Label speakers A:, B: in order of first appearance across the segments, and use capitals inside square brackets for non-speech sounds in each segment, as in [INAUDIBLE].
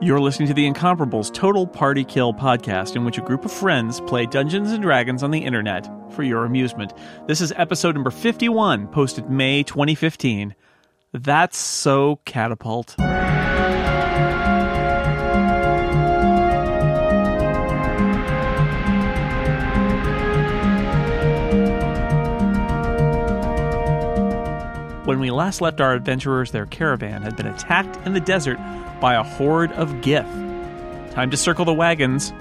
A: You're listening to the Incomparables Total Party Kill podcast, in which a group of friends play Dungeons and Dragons on the internet for your amusement. This is episode number 51, posted May 2015. That's so catapult. When we last left our adventurers, their caravan had been attacked in the desert by a horde of Gith. Time to circle the wagons.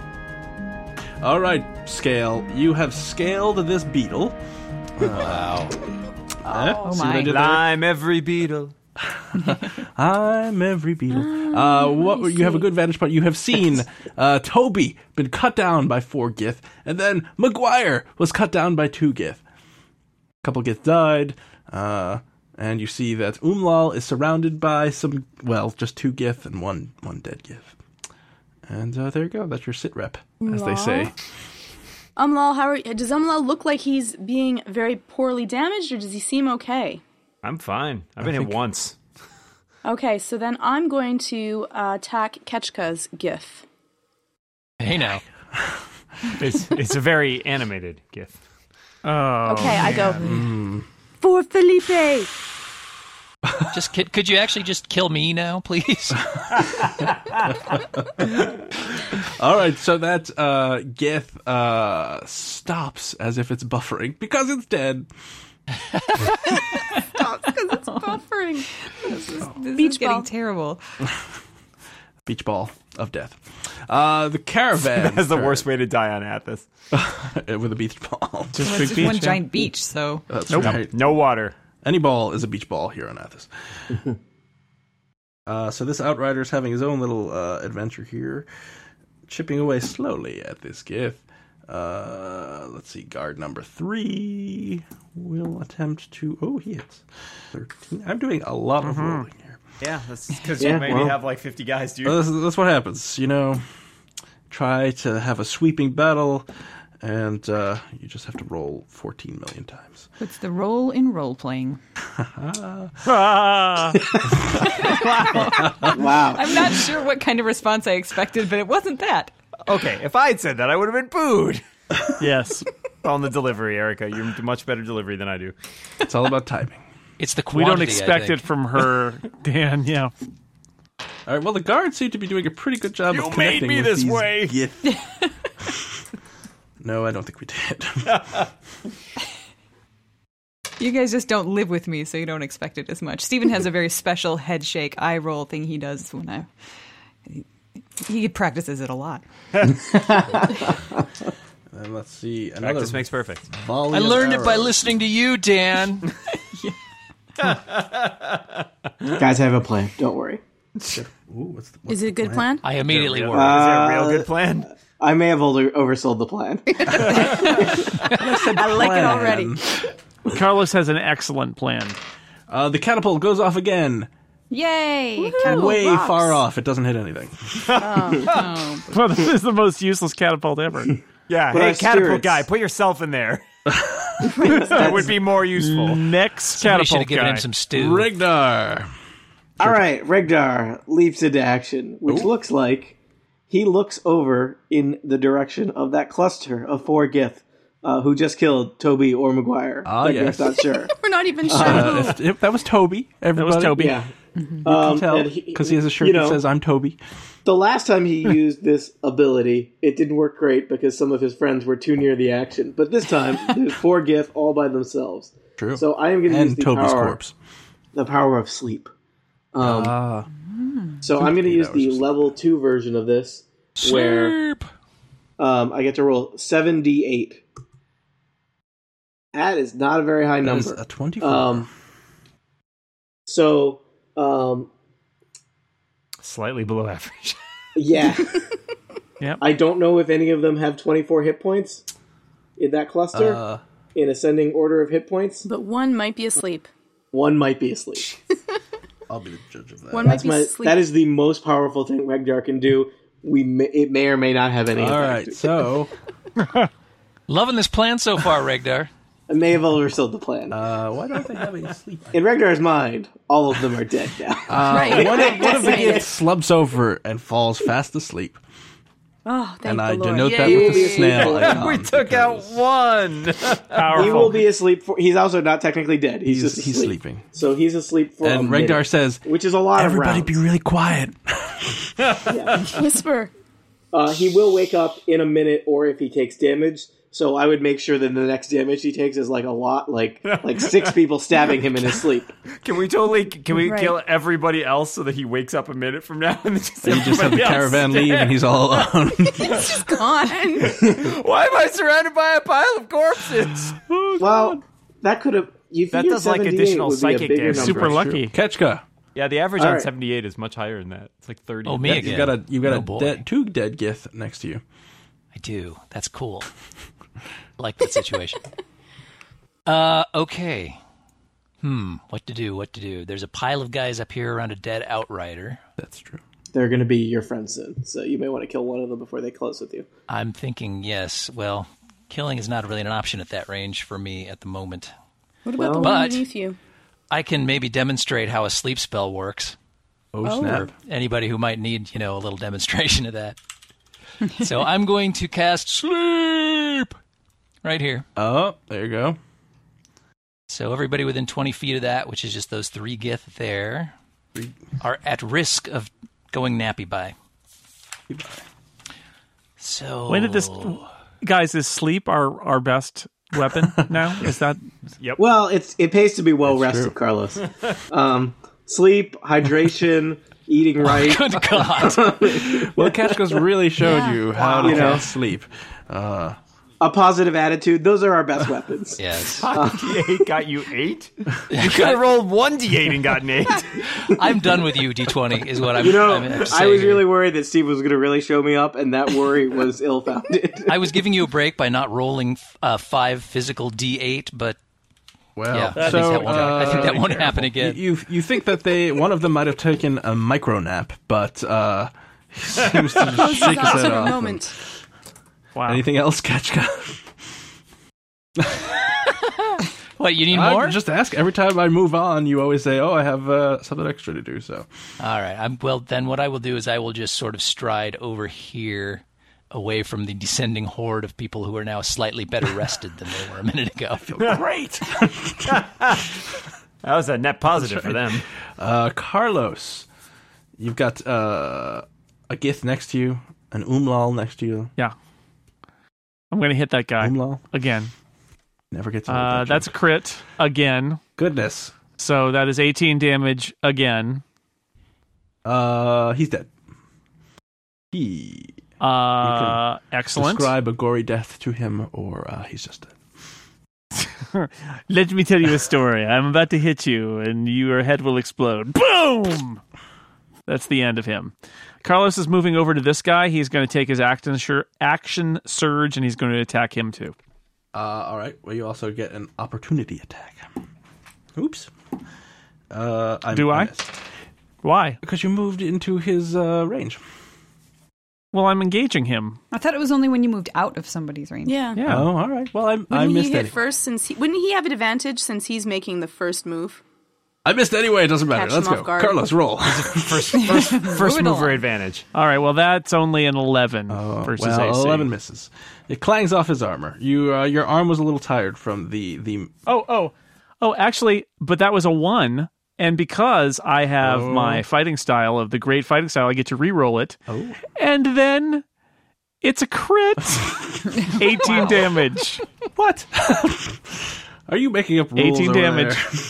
B: All right, Scale, you have scaled this beetle. Wow. oh
C: my.
D: I'm every beetle.
B: I'm every beetle. Uh, what you have a good vantage point. You have seen uh, Toby been cut down by four Gith, and then McGuire was cut down by two Gith. A couple Gith died, uh, and you see that Umlal is surrounded by some well, just two Gith and one one dead Gith. And uh, there you go. That's your sit rep, as they say.
C: Umlal, how are, does Umlal look like he's being very poorly damaged, or does he seem okay?
D: I'm fine. I've been hit once.
C: Okay, so then I'm going to uh, attack Ketchka's GIF.
E: Hey now.
D: It's, it's a very [LAUGHS] animated gif.
B: Oh,
C: Okay, I go
B: Mm. [LAUGHS]
C: for Felipe.
E: Just could, could you actually just kill me
A: [LAUGHS]
E: now, please?
B: All right, so that uh, Gith uh, stops as if it's buffering because it's dead.
C: Buffering.
F: This
C: Beach
F: is getting
C: ball.
F: terrible.
B: Beach ball of death. Uh, the caravan
D: [LAUGHS] That's the worst way to die on Athos.
B: [LAUGHS] with a beach ball.
F: Well,
A: Big
F: it's just
A: beach,
F: one
A: yeah. Uh,
F: giant beach, so
B: That's
D: No,
B: right.
D: no water.
B: Any ball is a beach ball here on Athos. uh, so this outrider's having his own little uh, adventure here, chipping away slowly at this Gith. Uh, let's see, guard number three will attempt to. Oh, he is. 13. I'm doing a lot of rolling here.
G: Yeah, that's because you maybe have like 50 guys, dude.
B: Well, that's, that's what happens, you know. Try to have a sweeping battle, and uh, you just have to roll 14 million times.
F: it's the role in
A: [LAUGHS]
F: role playing.
D: Ah,
F: I'm not sure what kind of response I expected, but it wasn't that.
D: okay, if I had said that, I would have been booed. [LAUGHS]
A: [LAUGHS] Yes.
D: On the delivery, Erica. You're much better delivery than I do.
B: It's all about timing.
E: It's the
A: We
E: quantity.
A: don't expect it from
G: [LAUGHS]
A: her, Dan. Yeah.
B: All right, well, the guards seem to be doing a pretty good job
D: You
B: of
D: made
B: connecting
D: me
B: with
D: this
B: these [LAUGHS]
D: way.
B: gith- no, I don't think we did. Uh,
F: You guys just don't live with me, so you don't expect it as much. Steven has a very special head shake, eye roll thing he does when I. He practices it a lot.
B: and let's see. Another
D: Practice makes perfect.
B: volley
E: I
B: of
E: learned it by
B: arrows.
E: listening to you, Dan.
H: Guys, I have a plan. Don't worry.
B: [LAUGHS] Ooh, what's the,
C: Is it a good plan?
A: [LAUGHS]
E: I immediately worry.
D: Is that a real good plan?
H: I may have over- oversold the
C: [LAUGHS]
H: plan.
C: I like it already.
A: Carlos has an excellent plan.
B: [LAUGHS]
A: [LAUGHS]
B: uh, the catapult goes off again.
F: Yay!
B: Way far off. It doesn't hit anything.
A: Well, this is the most useless catapult
G: [LAUGHS]
A: ever.
D: Yeah,
H: What
D: hey,
H: are
D: catapult
H: spirits?
D: guy, put yourself in there. [LAUGHS] that would be more
A: [LAUGHS]
D: useful.
A: Next
E: We should
A: catapult
E: have given
A: guy.
E: him some stew.
B: Rigdar.
H: All right, Regdar leaps into action, which looks like he looks over in the direction of that cluster of four Gith uh, who just killed Toby or McGuire.
B: Ah,
H: Like,
B: yes.
H: I'm not
B: [LAUGHS]
H: sure.
C: We're not even sure who.
B: Uh, if- that was Toby. Everybody.
A: Toby.
H: yeah. Um, and
B: because he has a shirt
H: you
B: that
H: know,
B: says "I'm Toby."
H: The last time he used this ability, it didn't work great because some of his friends were too near the action. But this
B: [LAUGHS]
H: time, there's four Gith all by themselves.
B: True.
H: So I am going to use
B: and
H: the
B: Toby's
H: power,
B: corpse.
H: the power of sleep. Um,
B: Ah,
H: So I'm going to use
B: hours
H: the
B: or something.
H: level two version of this, where um, I get to roll seven d eight. That is not a very high
B: that
H: number.
B: is a twenty-four.
H: um, so um,
D: Slightly below average.
B: [LAUGHS]
H: yeah,
A: Yep.
H: I don't know if any of them have twenty four hit points in that cluster
B: Uh,
H: in ascending order of hit points.
C: But one might be asleep.
H: One might be asleep.
B: I'll be the judge of that.
C: One
H: That's
C: might be
H: my.
C: asleep.
H: That is the most powerful thing Regdar can do. We may, it may or may not have any.
B: All
H: effect.
B: right, so
E: Loving this plan so far, Regdar.
H: I may have oversold the plan.
B: Uh, why don't they have a [LAUGHS] sleep?
H: In Regdar's mind, all of them are dead now.
C: [LAUGHS] right.
B: One of, one of the kids slumps over and falls fast asleep,
C: oh, thank
B: and
C: the
B: I
C: Lord.
B: denote that with a [LAUGHS] snail. Icon
D: we took out [LAUGHS] one.
A: Powerful.
H: he will be asleep for. He's also not technically dead. He's,
B: He's,
H: just
B: he's
H: asleep.
B: sleeping,
H: So he's asleep for.
B: and
H: a minute,
B: Regdar says,
H: which is a lot of
B: "Everybody,
H: rounds.
B: be really [LAUGHS] quiet." [LAUGHS]
C: Whisper.
H: Uh, he will wake up in a minute, or if he takes damage. So I would make sure that the next damage he takes is like a lot, like like six people stabbing him in his sleep.
G: Can we totally? Can we
C: Right.
G: kill everybody else so that he wakes up a minute from now and just,
B: You
G: [LAUGHS]
B: just have the
G: everybody else
B: caravan leave,
G: dead?
B: and he's [LAUGHS] all alone.
C: It's just gone. [LAUGHS]
G: Why am I surrounded by a pile of corpses?
H: Well, that could have. You
G: That
H: figured
G: does, like,
H: 78
G: additional
H: would be a
G: psychic
H: bigger
G: damage.
H: number.
A: super lucky.
B: Ketchka,
G: yeah, the average
H: All
G: on
H: right.
G: seventy-eight is much higher than that. It's like thirty.
E: Oh, me again.
B: you got a you got
E: Oh,
B: a
E: boy.
B: dead, two dead gith next to you.
E: [LAUGHS] I do.
A: [LAUGHS]
E: That's cool. I like that situation. uh, okay. Hmm. What to do? What to do? There's a pile of guys up here around a dead outrider.
B: That's true.
H: They're going to be your friends soon, so you may want to kill one of them before they close with you.
E: I'm thinking, yes. Well, killing is not really an option at that range for me at the moment.
C: What about the
H: Well-
C: one
E: But-
C: underneath you?
E: I can maybe demonstrate how a sleep spell works.
B: Oh, snap!
E: Anybody who might need, you know, a little demonstration of that. so I'm going to cast sleep right here.
B: Oh, there you go.
E: So everybody within 20 feet of that, which is just those three gith there, are at risk of going nappy by. So
A: When did this guys is sleep our our best
B: [LAUGHS]
A: weapon now? Is that
H: Well, it's it pays to be well rested,
G: [LAUGHS]
H: Carlos. Um, sleep, hydration, eating
E: [LAUGHS]
H: right.
E: Good
H: [LAUGHS]
E: God!
B: Well, Ketchka's [LAUGHS] really showed
C: Yeah.
B: you how to
H: You know.
B: cast sleep. Uh,
H: a positive attitude. Those are
G: [LAUGHS]
H: our best weapons.
E: yes,
G: D8 got you [LAUGHS]
A: [LAUGHS]
G: eight. You could have rolled one D8 and gotten eight.
E: I'm done with you. D20 is what I'm.
H: You know,
E: I'm, I'm
H: I
E: saying
H: was
E: here.
H: really worried that Steve was going to really show me up, and that
G: [LAUGHS]
H: worry was ill-founded. [LAUGHS]
E: I was giving you a break by not rolling uh, five physical D8, but
H: Oh.
B: well,
E: yeah, I,
B: so
E: think that won't, I think
B: uh,
E: that won't happen again.
B: you you think that they one of them might have taken a micro nap, but uh, [LAUGHS] he seems to just
C: This is
B: shake his
C: all
B: head
C: sort of
B: off.
C: moment.
A: wow?
B: Anything else, Ketchka?
E: what you need more?
B: I just ask every time I move on. You always say, "Oh, I have uh, something extra to do." So
E: All right. I'm, well, then what I will do is I will just sort of stride over here, away from the descending horde of people who are now slightly better rested than they were a minute ago.
B: great,
G: That was a net positive for them.
B: [LAUGHS] uh, Carlos. You've got uh, a gith next to you, an umlal next to you.
A: Yeah, I'm gonna hit that guy
B: Umlal
A: again.
B: never gets. old,
A: Uh,
B: that
A: that's a
B: joke.
A: crit again.
B: goodness.
A: So that is 18 damage again.
B: Uh, he's dead. He
A: Uh, excellent.
B: describe a gory death to him, or uh, he's just dead.
A: Let me tell you a story. I'm about to hit you, and your head will explode. Boom! That's the end of him. Carlos is moving over to this guy. He's going to take his action, sur- action surge, and he's going to attack him too.
B: Uh, all right. Well, you also get an opportunity attack. Oops. Uh, i
A: Do I? Why?
B: Because you moved into his uh, range.
A: Well, I'm engaging him.
F: I thought it was only when you moved out of somebody's range.
C: Yeah.
A: Yeah.
B: Oh, all right. Well, I, I
C: Wouldn't he
B: missed
C: hit
B: any-
C: first since he wouldn't he have an advantage since he's making the first move?
B: I missed anyway. It doesn't matter.
C: Catch
B: Let's
C: him
B: go.
C: off guard.
B: Carlos, roll.
G: First, first, first
F: Moving
G: mover
F: along.
G: advantage.
A: All right. Well, that's only an 11
B: Oh,
A: versus
B: well,
A: AC.
B: eleven misses. It clangs off his armor. You, uh, your arm was a little tired from the the.
A: Oh, oh, oh, actually, but that was a one. And because I have my fighting style of the great fighting style, I get to reroll it.
B: Oh.
A: And then it's a
B: [LAUGHS]
A: crit 18 damage.
B: What? Are you making up rules?
A: 18
B: over
A: damage.
B: there?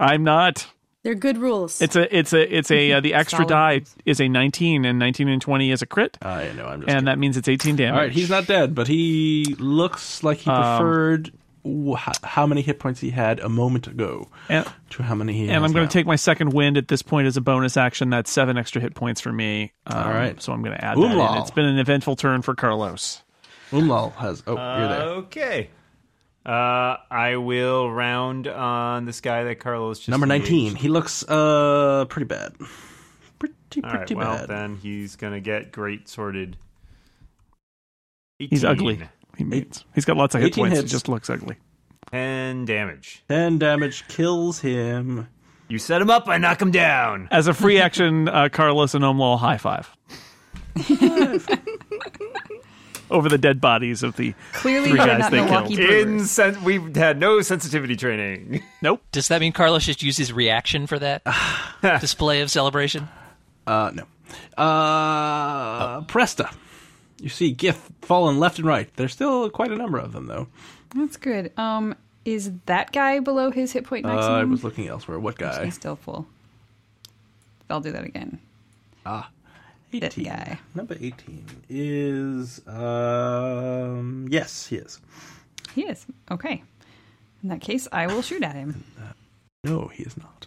A: [LAUGHS] I'm not.
C: They're good rules.
A: It's a, it's a, it's a, uh, the extra die
F: Solid
A: is a 19, and 19 and 20 is a crit.
B: I know. I'm just. kidding.
A: And that means it's 18 damage.
B: All right, he's not dead, but he looks like he
A: Um,
B: preferred wh- how many hit points he had a moment ago
A: And,
B: to how many he
A: and
B: has
A: I'm going
B: now.
A: to take my second wind at this point as a bonus action. That's seven extra hit points for me. Um,
B: All right.
A: So I'm going to add that
B: Umlal.
A: in. It's been an eventful turn for Carlos.
B: Umlal has. Oh, you're there.
G: Okay. Uh, I will round on this guy that Carlos just
B: Number
G: engaged.
B: 19. He looks uh pretty bad. Pretty
G: All right,
B: pretty
G: well
B: bad.
G: then he's gonna get great sorted.
A: He's ugly. He means he's got lots of hit
B: 18
A: points. He
B: hits.
A: just looks ugly.
G: 10 damage.
B: 10 damage kills him.
G: You set him up, I knock him down.
A: As a free action, uh, Carlos and Omlal high five over the dead bodies of the.
F: Clearly,
A: Three
F: they're
A: guys
F: not
A: they
F: Milwaukee Brewers.
G: Insen- we've had no sensitivity training. [LAUGHS]
A: Nope.
E: Does that mean Carlos just used his reaction for that display of celebration?
B: Uh, no. Uh,
G: Oh.
B: Presta. You see Gith falling left and right. There's still quite a number of them, though.
F: That's good. Um, is that guy below his hit point
B: Uh,
F: maximum?
B: I was looking elsewhere. What guy?
F: He's still full. I'll do that again. that
B: 18.
F: guy.
B: Number 18 is. Um, yes, he is.
F: He is okay. In that case, I will shoot at
B: [LAUGHS]
F: him.
B: No, he is not.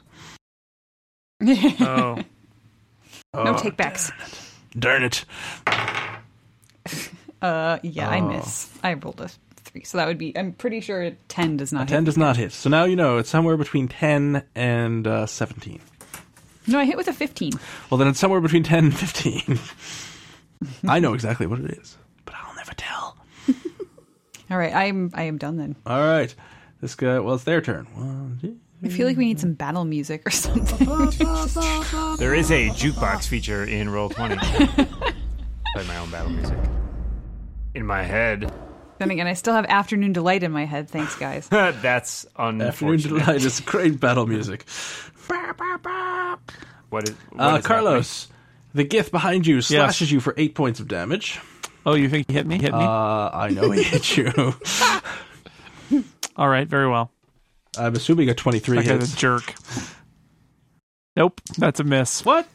A: Oh.
F: no takebacks.
B: Uh, Darn it.
F: Uh, yeah,
B: Oh.
F: I miss. I rolled a three, so that would be. I'm pretty sure ten does not.
B: 10
F: hit.
B: does not hit. So now you know it's somewhere between 10 and uh, 17.
F: No, I hit with a fifteen.
B: Well, then it's somewhere between 10 and 15. [LAUGHS] I know exactly what it is, but I'll never tell.
F: All right, I'm. I am done then.
B: All right. This guy, well, it's their turn. One, two.
F: I feel like we need some battle music or [LAUGHS] something.
G: There is a jukebox feature in Roll 20. Play my own battle music. In my head. [LAUGHS]
F: then again, I still have afternoon delight in my head. Thanks, guys.
G: That's
B: Afternoon
G: unfortunate.
B: Delight is great battle [LAUGHS] music.
G: What is, what
B: Uh,
G: is
B: Carlos, the Gith behind you slashes you for eight points of damage.
A: Oh, you think he hit me? Hit me?
B: Uh, I know he hit you.
A: All right, very well.
B: [LAUGHS] I'm assuming a 23
A: That guy's a
B: hits.
A: jerk. Nope, that's a miss.
B: What?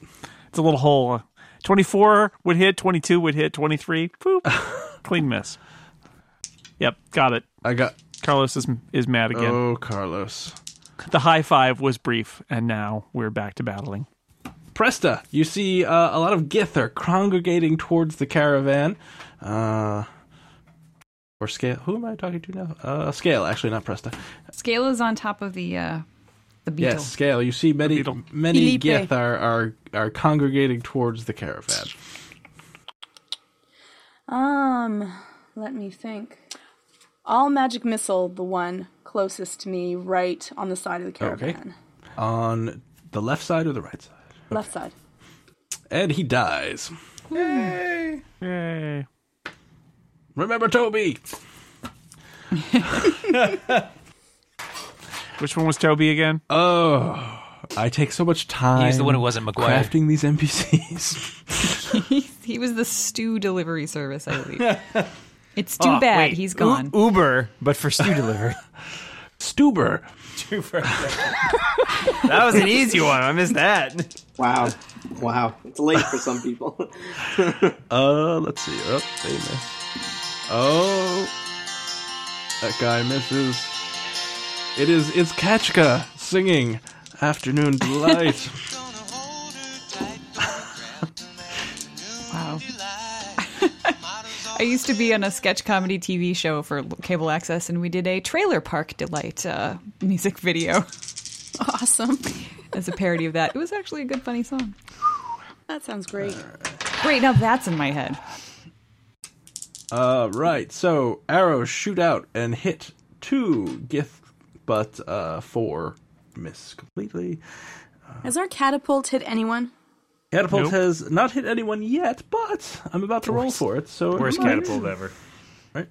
A: It's a little hole. 24 would hit, 22 would hit, 23.
B: [LAUGHS]
A: Boop. Clean miss. Yep, got it.
B: I got.
A: Carlos is, is mad again.
B: Oh, Carlos.
A: The high five was brief, and now we're back to battling.
B: Presta, you see uh, a lot of Gith are congregating towards the caravan. Uh, or Scale. Who am I talking to now? Uh, Scale, actually, not Presta.
F: Scale is on top of the uh, the beetle.
B: Yes, Scale. You see many
A: beetle.
B: many
C: Felipe.
B: Gith are, are, are congregating towards the caravan.
C: Um, let me think. All magic missile, the one closest to me, right on the side of the
B: Okay.
C: caravan,
B: On the left side or the right side?
C: left side.
B: And he dies.
A: Yay.
B: Remember Toby!
A: Which one was Toby again?
B: Oh, I take so much time.
E: He's the one who wasn't McGuire.
B: crafting these NPCs.
F: [LAUGHS] he was the stew delivery service, I believe. it's too bad he's gone.
D: Uber, but for stew delivery.
B: [LAUGHS] Stuber.
G: That was an easy one. I missed that.
H: Wow. Wow. It's late for
G: [LAUGHS]
H: some people.
B: Uh, let's see. Oh, they miss. Oh, that guy misses. It is. It's Kachka singing
A: [LAUGHS]
B: "Afternoon Delight."
F: Wow. [LAUGHS] I used to be on a sketch comedy TV show for cable access, and we did a Trailer Park Delight uh, music video
C: Awesome.
F: as a parody of that. It was actually a good, funny song.
C: That sounds great.
F: Great, now that's in my head.
B: uh, right. So arrows shoot out and hit two Gith, but uh, four miss completely.
C: Has our catapult hit anyone?
B: Catapult has not hit anyone yet, but I'm about to roll for it. So it
G: Worst
B: might.
G: catapult ever.
B: Right.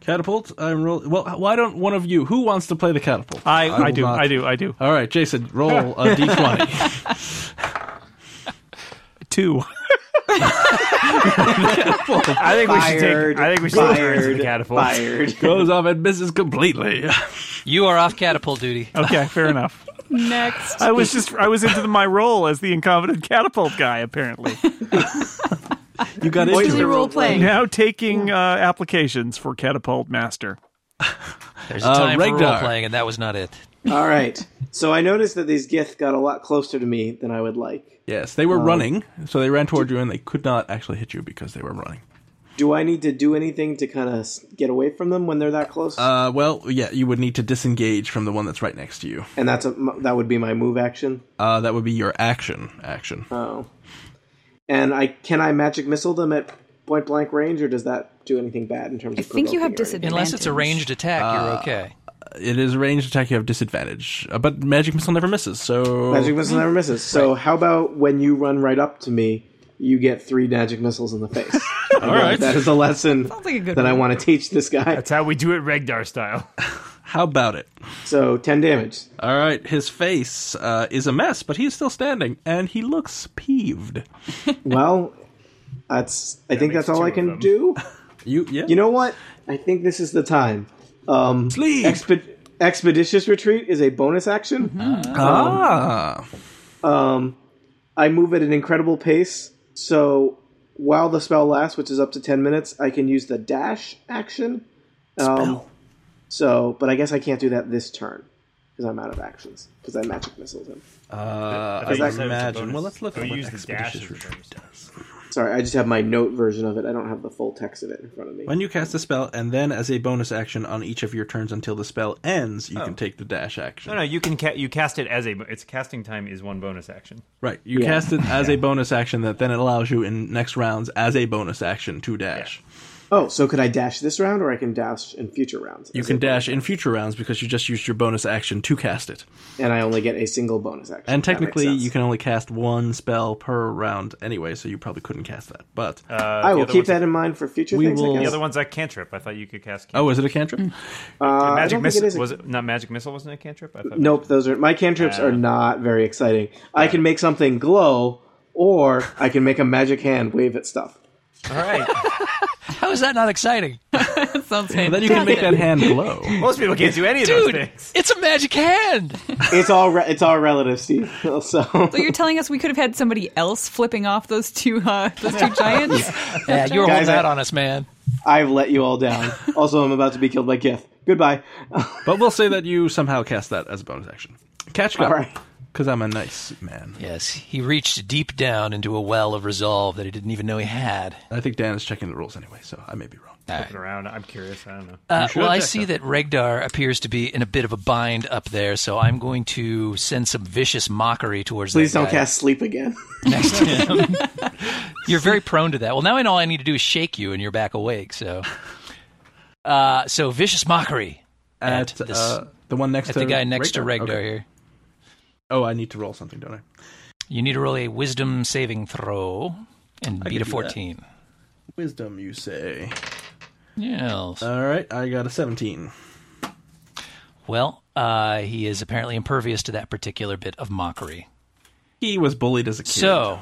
B: Catapult. I'm roll. Well, why don't one of you? Who wants to play the catapult?
A: I,
B: will
A: I, do,
B: not-
A: I do, I do.
B: All right, Jason, roll
A: [LAUGHS]
B: a d20. [LAUGHS]
A: Two.
G: I think we should
H: Fired.
G: take. I think we should turn to
H: Fired.
G: the catapult.
H: Fired.
B: Goes off and misses completely.
E: You are off catapult duty.
A: Okay, fair enough.
F: Next.
A: I was just, I was into the, my role as the incompetent catapult guy,
B: [LAUGHS]
A: apparently.
B: [LAUGHS] You got
C: Really
B: into it.
C: role playing.
A: Now taking uh, applications for catapult master.
E: There's a time for
B: Regdar.
E: role playing, and that was not it.
H: All right. So I noticed that these Gith got a lot closer to me than I would like.
B: Yes, they were running, so they ran toward you and they could not actually hit you because they were running.
H: Do I need to do anything to kind of get away from them when they're that close?
B: Uh, well, yeah, you would need to disengage from the one that's right next to you.
H: and that's a, that would be my move action.
B: Uh, that would be your action. Action.
H: Oh. And I can I magic missile them at point blank range, or does that do anything bad in terms
F: I
H: of?
F: think you have
H: provoking or anything?
F: disadvantage.
E: Unless it's a ranged attack, you're okay.
B: It is a ranged attack. You have disadvantage, Uh, but magic missile never misses. So
H: Magic missile never misses. So how about when you run right up to me, you get three magic missiles in the face?
G: [LAUGHS]
H: All
B: right.
H: that is a lesson
F: like a good
H: that I
F: one.
H: want to teach this guy.
G: That's how we do it, Regdar style.
B: how about it?
H: So ten damage.
B: All right, his face uh, is a mess, but he is still standing, and he looks peeved.
H: Well, that's. I think
G: makes
H: that's all
G: two
H: I
G: of them.
H: can do.
B: You yeah.
H: You know what? I think this is the time. Um,
B: Sleep.
H: exped- expeditious retreat is a bonus action.
B: ah,
H: I move at an incredible pace, so while the spell lasts, which is up to ten minutes, I can use the dash action. Um, So, but I guess I can't do that this turn because I'm out of actions because I magic missiles him.
B: uh,
G: I thought you
B: I
G: said it was a
B: imagine.
G: bonus.
B: Well, let's look
G: Oh,
B: at
G: you
B: what
G: use the
B: expeditious
G: dash as a
B: retreat
G: bonus.
B: does.
H: Sorry, I just have my note version of it. I don't have the full text of it in front of me.
B: When you cast a spell, and then as a bonus action on each of your turns until the spell ends, you can take the dash action.
G: No, no, you can ca- you cast it as a. bo- Its casting time is one bonus action.
B: Right, you cast it as a bonus action that then it allows you in next rounds as a bonus action to dash.
H: Oh, so could I dash this round, or I can dash in future rounds?
B: You can dash in future rounds because you just used your bonus action to cast it.
H: and I only get a single bonus action.
B: And
H: That makes
B: technically,
H: sense.
B: you can only cast one spell per round anyway, so you probably couldn't cast that. But
H: I will
G: other
H: keep
G: one's-
H: that in mind for future
B: We
H: things.
B: will-
H: I
G: The
H: guess.
G: other one's a cantrip. I thought you could cast.
B: oh, is it a cantrip?
E: Mm.
H: Uh, I
G: magic
H: don't think it
G: missile
H: is a-
G: was it not magic missile wasn't it a cantrip? I thought
H: Nope, those are my cantrips are not very exciting. I can make something glow, or I can make a magic hand wave at stuff.
G: All right.
E: How is that not exciting?
F: That sounds
B: And then you
F: fantastic.
B: can make that hand glow.
G: Most people can't do any of those
E: Dude,
G: things.
E: it's a magic hand.
H: It's all re- it's all relative, Steve. [LAUGHS] So
F: So you're telling us we could have had somebody else flipping off those two uh, those two giants?
E: Yeah, [LAUGHS] you're
H: Guys,
E: holding out
H: I-
E: on us, man.
H: I've let you all down. Also, I'm about to be killed by Gith. Goodbye. [LAUGHS]
B: But we'll say that you somehow cast that as a bonus action. Catch
H: all
B: up.
H: right.
B: Because I'm a nice man.
E: Yes, he reached deep down into a well of resolve that he didn't even know he had.
B: I think Dan is checking the rules anyway, so I may be wrong.
G: Around, I'm curious. I don't know.
E: Uh,
B: should
E: well, I
B: check
E: see that Regdar appears to be in a bit of a bind up there, so I'm going to send some vicious mockery towards
H: Please
E: that
H: don't
E: guy
H: cast sleep again.
E: next to him. you're very prone to that. Well, now I know all I need to do is shake you, and you're back awake. So, uh, so vicious mockery at,
B: At,
E: this,
B: uh, the one next
E: at
B: to
E: the guy next to Regdar
B: Okay.
E: here.
B: Oh, I need to roll something, don't I?
E: You need to roll a Wisdom saving throw and beat
B: do
E: a
B: that.
E: 14.
B: Wisdom, you say.
E: Yes.
B: All right, I got a 17.
E: Well, uh, he is apparently impervious to that particular bit of mockery.
B: He was bullied as a kid.
E: So,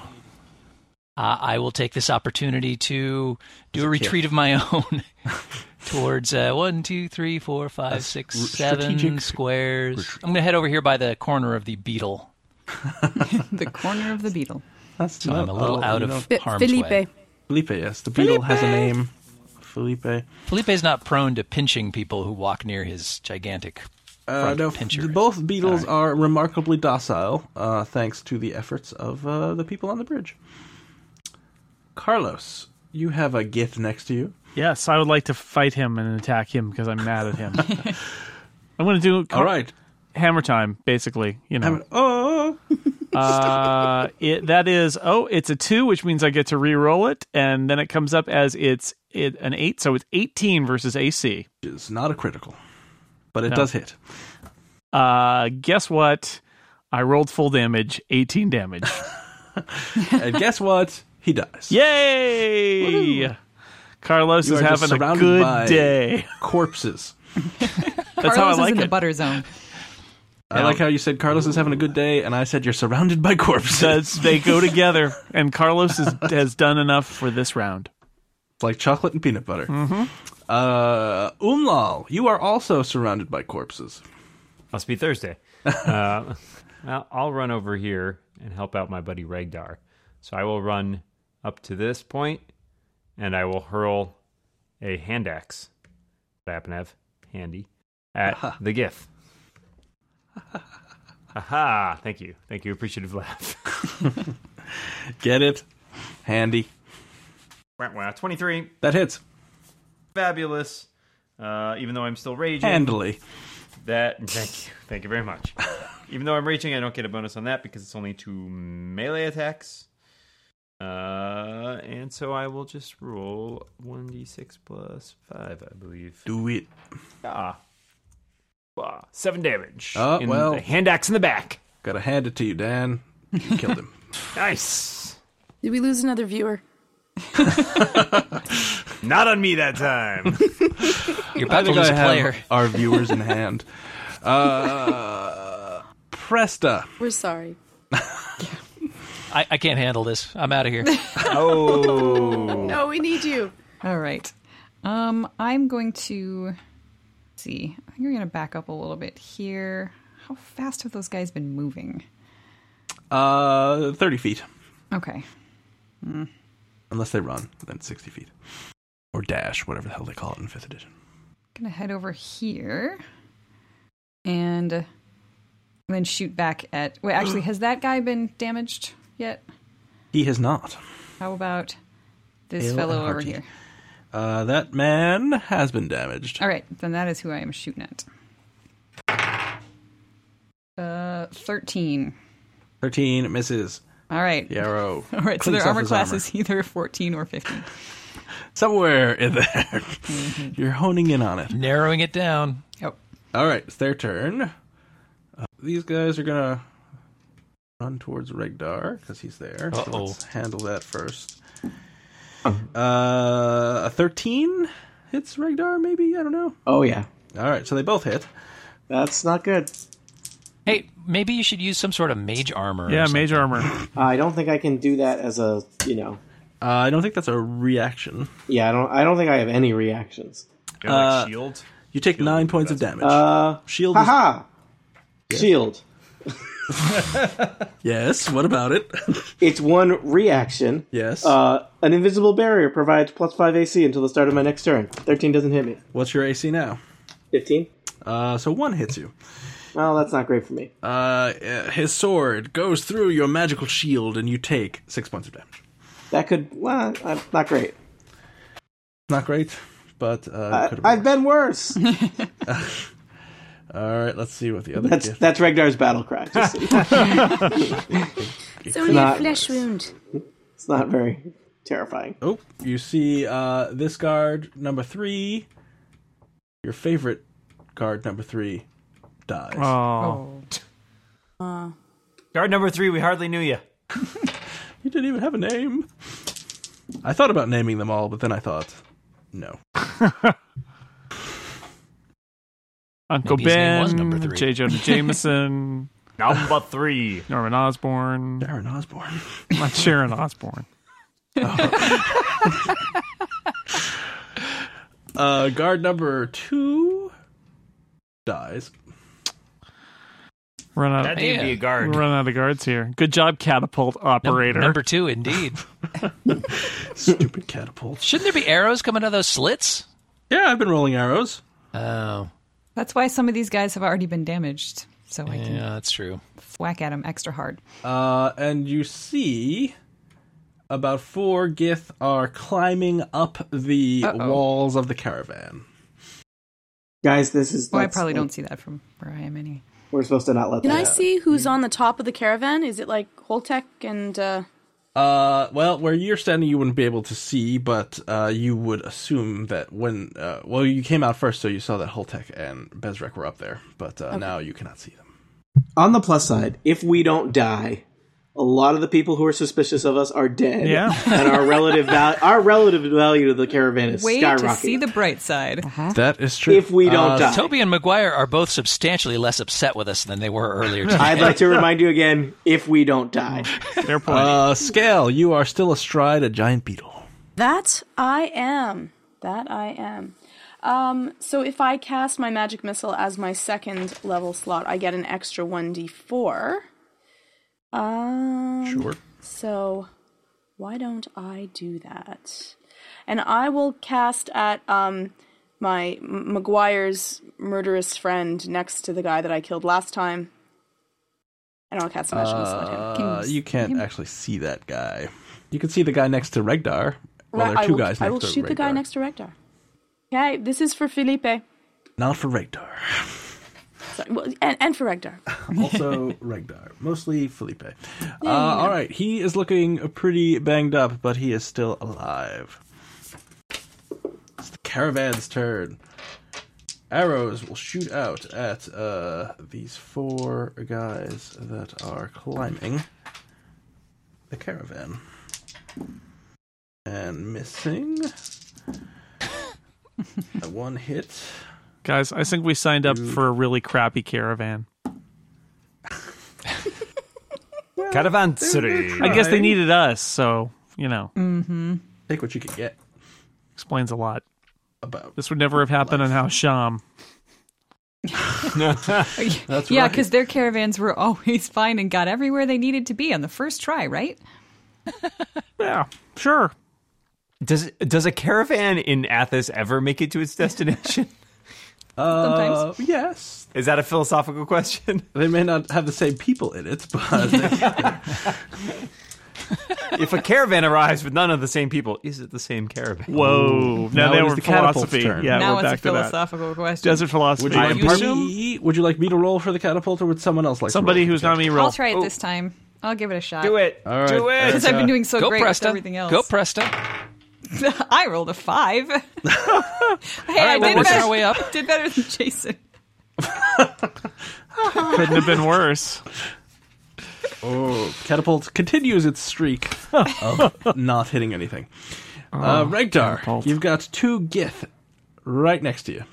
E: uh, I will take this opportunity to do a retreat of my own [LAUGHS] towards uh, one, two, three, four, five, six,
B: r-
E: seven
B: strategic
E: squares. I'm going to head over here by the corner of the beetle.
F: the corner of the beetle.
B: that's
E: So I'm a
B: oh,
E: little out of
C: Fi-
E: harm's
C: Felipe.
E: way.
B: Felipe, yes. The beetle has a name. Felipe. Uh,
E: Felipe's not prone to pinching people who walk near his gigantic.
B: Uh,
E: front
B: no,
E: pincher.
B: th- both beetles
E: All right.
B: are remarkably docile, uh, thanks to the efforts of uh, the people on the bridge. Carlos, you have a gith next to you.
A: Yes, I would like to fight him and attack him because I'm mad at
F: [LAUGHS]
A: him. I'm going to do
B: All right.
A: hammer time, basically. You know,
B: Oh,
A: Uh, it, that is oh, it's a two, which means I get to re-roll it, and then it comes up as it's it, an eight, so it's eighteen versus AC.
B: it's not a critical, but it does
E: [LAUGHS]
B: hit.
A: Uh, guess what? I rolled full damage, eighteen
B: [LAUGHS]
A: damage.
B: and guess what? He dies.
A: Yay! Carlos
B: You
A: is
B: are just
A: having a
B: surrounded
A: good
B: by- [LAUGHS]
A: day.
B: Corpses.
A: That's
F: Carlos
A: how I
F: is in
A: like
F: the
A: it.
F: butter zone.
B: I like how you said Carlos is having a good day, and I said you're surrounded by corpses.
A: That's- they go together, and Carlos is, has done enough for this round.
B: like chocolate and peanut butter.
F: Mm-hmm.
B: Uh, Umlal, you are also surrounded by corpses.
G: Must be Thursday. uh, [LAUGHS] well, I'll run over here and help out my buddy Regdar. So I will run up to this point, and I will hurl a hand axe that I happen to have handy at the GIF. [LAUGHS] Aha! Thank you, thank you. Appreciative laugh. [LAUGHS]
B: Get it? Handy.
G: Wah, wah. Twenty-three,
B: That hits.
G: fabulous. Uh, even though I'm still raging,
B: Handily.
G: That [LAUGHS] thank you, thank you very much. [LAUGHS] Even though I'm raging, I don't get a bonus on that because it's only two melee attacks. Uh, and so I will just roll one d6 plus five, I believe.
B: Do it.
G: Ah, Wah, seven damage.
B: Uh,
G: in
B: well.
G: the hand axe in the back.
B: Gotta hand it to you, Dan. You killed
F: [LAUGHS]
B: him.
G: Nice.
C: Did we lose another viewer?
G: Not on me that [LAUGHS] time.
E: You're
B: I
E: about to
B: think
E: lose
B: I
E: a player.
B: have our viewers in
F: [LAUGHS]
B: hand. Uh, Presta.
C: We're sorry.
E: I, I can't handle this. I'm out of here.
G: oh,
C: No, we need you.
F: All right. Um, I'm going to let's see. I think we're going to back up a little bit here. How fast have those guys been moving?
B: Uh, 30 feet.
F: Okay.
B: Unless they run, then 60 feet. Or dash, whatever the hell they call it in 5th edition.
F: Gonna head over here and and then shoot back at. Wait, actually, has that guy been damaged yet?
B: He has not.
F: How about this
B: Hale
F: fellow
B: and
F: over
B: Hardy.
F: here?
B: Uh, that man has been damaged.
F: All right, then that is who I am shooting at. Uh, thirteen.
B: 13 misses.
F: All right.
B: The arrow.
F: [LAUGHS] All right. So
B: clinks
F: their
B: off
F: armor
B: his
F: class is either fourteen or fifteen.
B: somewhere in there. You're honing in on it.
E: Narrowing it down.
F: Yep.
B: All right, it's their turn. Uh, these guys are gonna run towards Regdar because he's there. So
E: Uh-oh.
B: let's handle that first. Uh, a thirteen hits Regdar, maybe I don't know.
H: Oh yeah,
B: All right, so they both hit.
H: that's not good.
E: Hey, maybe you should use some sort of mage armor. or
A: Yeah,
E: something.
A: mage armor.
H: I don't think I can do that as a you know.
B: Uh, I don't think that's a reaction.
H: Yeah, I don't. I don't think I have any reactions.
G: You know,
B: Uh,
G: like shield.
B: You take nine points of damage.
H: Uh,
B: Shield. Is,
H: haha. Shield.
B: yes. What about
H: [LAUGHS]
B: it?
H: It's one reaction.
B: yes.
H: Uh, an invisible barrier provides plus five AC until the start of my next turn. Thirteen doesn't hit me.
B: What's your AC now?
H: Fifteen.
B: Uh, so one hits you.
H: Well, that's not great for me.
B: Uh, uh, his sword goes through your magical shield, and you take six points of damage.
H: That could. Well, uh, not great.
B: Not great, but uh,
H: I,
B: could've
H: I've been worse.
B: All right, let's see what the other
H: That's
B: gift.
H: that's Regdar's battle cry. Just so you know.
C: It's only
H: Not-
C: a flesh wound.
H: it's not very terrifying.
B: Oh, you see uh, this guard number three, your favorite guard number three, dies.
A: Oh,
F: Oh.
D: Guard number three, we hardly knew you.
B: You didn't even have a name. I thought about naming them all, but then I thought, no.
A: Uncle
E: Maybe his name
A: Ben,
E: was number three.
A: J. Jonah Jameson,
G: Number three.
A: Norman
B: [LAUGHS]
A: Osborn,
B: Darren Osborne.
A: not Sharon Osborn.
B: Uh, guard number two dies.
A: Run out.
G: That need to be a guard.
A: We're running out of guards here. Good job, catapult operator.
E: Number
B: [LAUGHS]
E: two, indeed.
B: Stupid catapult.
E: Shouldn't there be arrows coming out of those slits?
B: Yeah, I've been rolling arrows.
E: Oh,
F: That's why some of these guys have already been damaged, so Oh, I can
E: yeah, that's true.
F: whack at them extra hard.
B: Uh, and you see about four Gith are climbing up the
F: Uh-oh.
B: walls of the caravan.
H: Guys, this is.
F: Well, I
H: that's-
F: probably don't see that from where I am. Any?
H: We're supposed to not let
C: Can
H: that.
C: I see who's on the top of the caravan? Is it like Holtec and uh,
B: Uh, well, where you're standing, you wouldn't be able to see, but uh, you would assume that when, uh, well, you came out first, so you saw that Holtec and Bezrek were up there, but uh, now you cannot see them.
H: On the plus side, if we don't die, a lot of the people who are suspicious of us are dead.
A: Yeah.
H: and our relative value, our relative value to the caravan is
F: Way to
H: skyrocketing.
F: see the bright side. [LAUGHS]
B: That is true.
H: if we don't die,
E: Toby and McGuire are both substantially less upset with us than they were earlier. Today.
H: I'd like to remind you again: if we don't die,
A: Fair point.
B: uh, Scale, you are still astride a giant beetle.
C: that? I am. That I am. Um, so if I cast my magic missile as my second level slot, I get an extra one d four. Um,
B: Sure.
C: So, why don't I do that? And I will cast at um, my M- McGuire's murderous friend next to the guy that I killed last time. And I'll cast a magic missile at him.
F: Can you
B: Uh,
F: see
B: you can't actually see that guy. You can see the guy next to Regdar. Well, there
C: Ra-
B: are two
C: I will,
B: guys next
C: I will
B: to
C: shoot the guy
B: Regdar.
C: next to Rector. Okay, this is for Felipe.
B: Not for Regdar.
C: Sorry, well, and, and for Rector.
B: also Regdar, mostly Felipe. Uh, all right, he is looking pretty banged up, but he is still alive. It's the caravan's turn. Arrows will shoot out at uh, these four guys that are climbing the caravan. And missing. Uh, one hit.
A: Guys, I think we signed up for a really crappy caravan.
G: Caravanserai.
A: I guess they needed us, so, you know,
F: Mm.
B: Take what you can get.
A: explains a lot.
B: About
A: This would never have happened on House Sham.
B: that's
F: yeah,
B: right.
F: because their caravans were [LAUGHS] always fine and got everywhere they needed to be on the first try, right?
A: Yeah, sure.
G: Does does a caravan in Athens ever make it to its destination?
B: uh,
F: sometimes.
B: yes,
G: [LAUGHS] Is that a philosophical question?
B: they may not have the same people in it, but they-
G: if a caravan arrives with none of the same people, is it the same caravan?
A: Whoa. Now,
B: Now
A: they
B: it is
A: were
B: the catapult's
A: philosophy.
B: turn.
A: Yeah,
F: now
A: we're
F: it's
A: back to
F: a
A: that.
F: philosophical question.
A: Desert philosophy.
B: would you,
A: I'm part-
B: like me, would you like me to roll for the catapult, or would someone else like to
A: somebody
B: roll for
A: who's
B: the
A: not me roll.
F: I'll try it this time. I'll give it a shot.
G: Do it.
B: All right.
G: Do
D: [LAUGHS]
F: Since
G: it.
F: I've been doing so
E: Go
F: great
E: Presta.
F: with everything else.
E: Go Presta.
F: [LAUGHS] I rolled a five. [LAUGHS] hey, I
E: we're
F: did
E: working
F: better,
E: our way up.
F: [LAUGHS] did better than Jason.
A: Couldn't have been
F: [LAUGHS]
A: worse.
B: Oh, catapult continues its streak of not hitting anything. uh, Regdar,
A: Catapult.
B: you've got two Gith right next to you.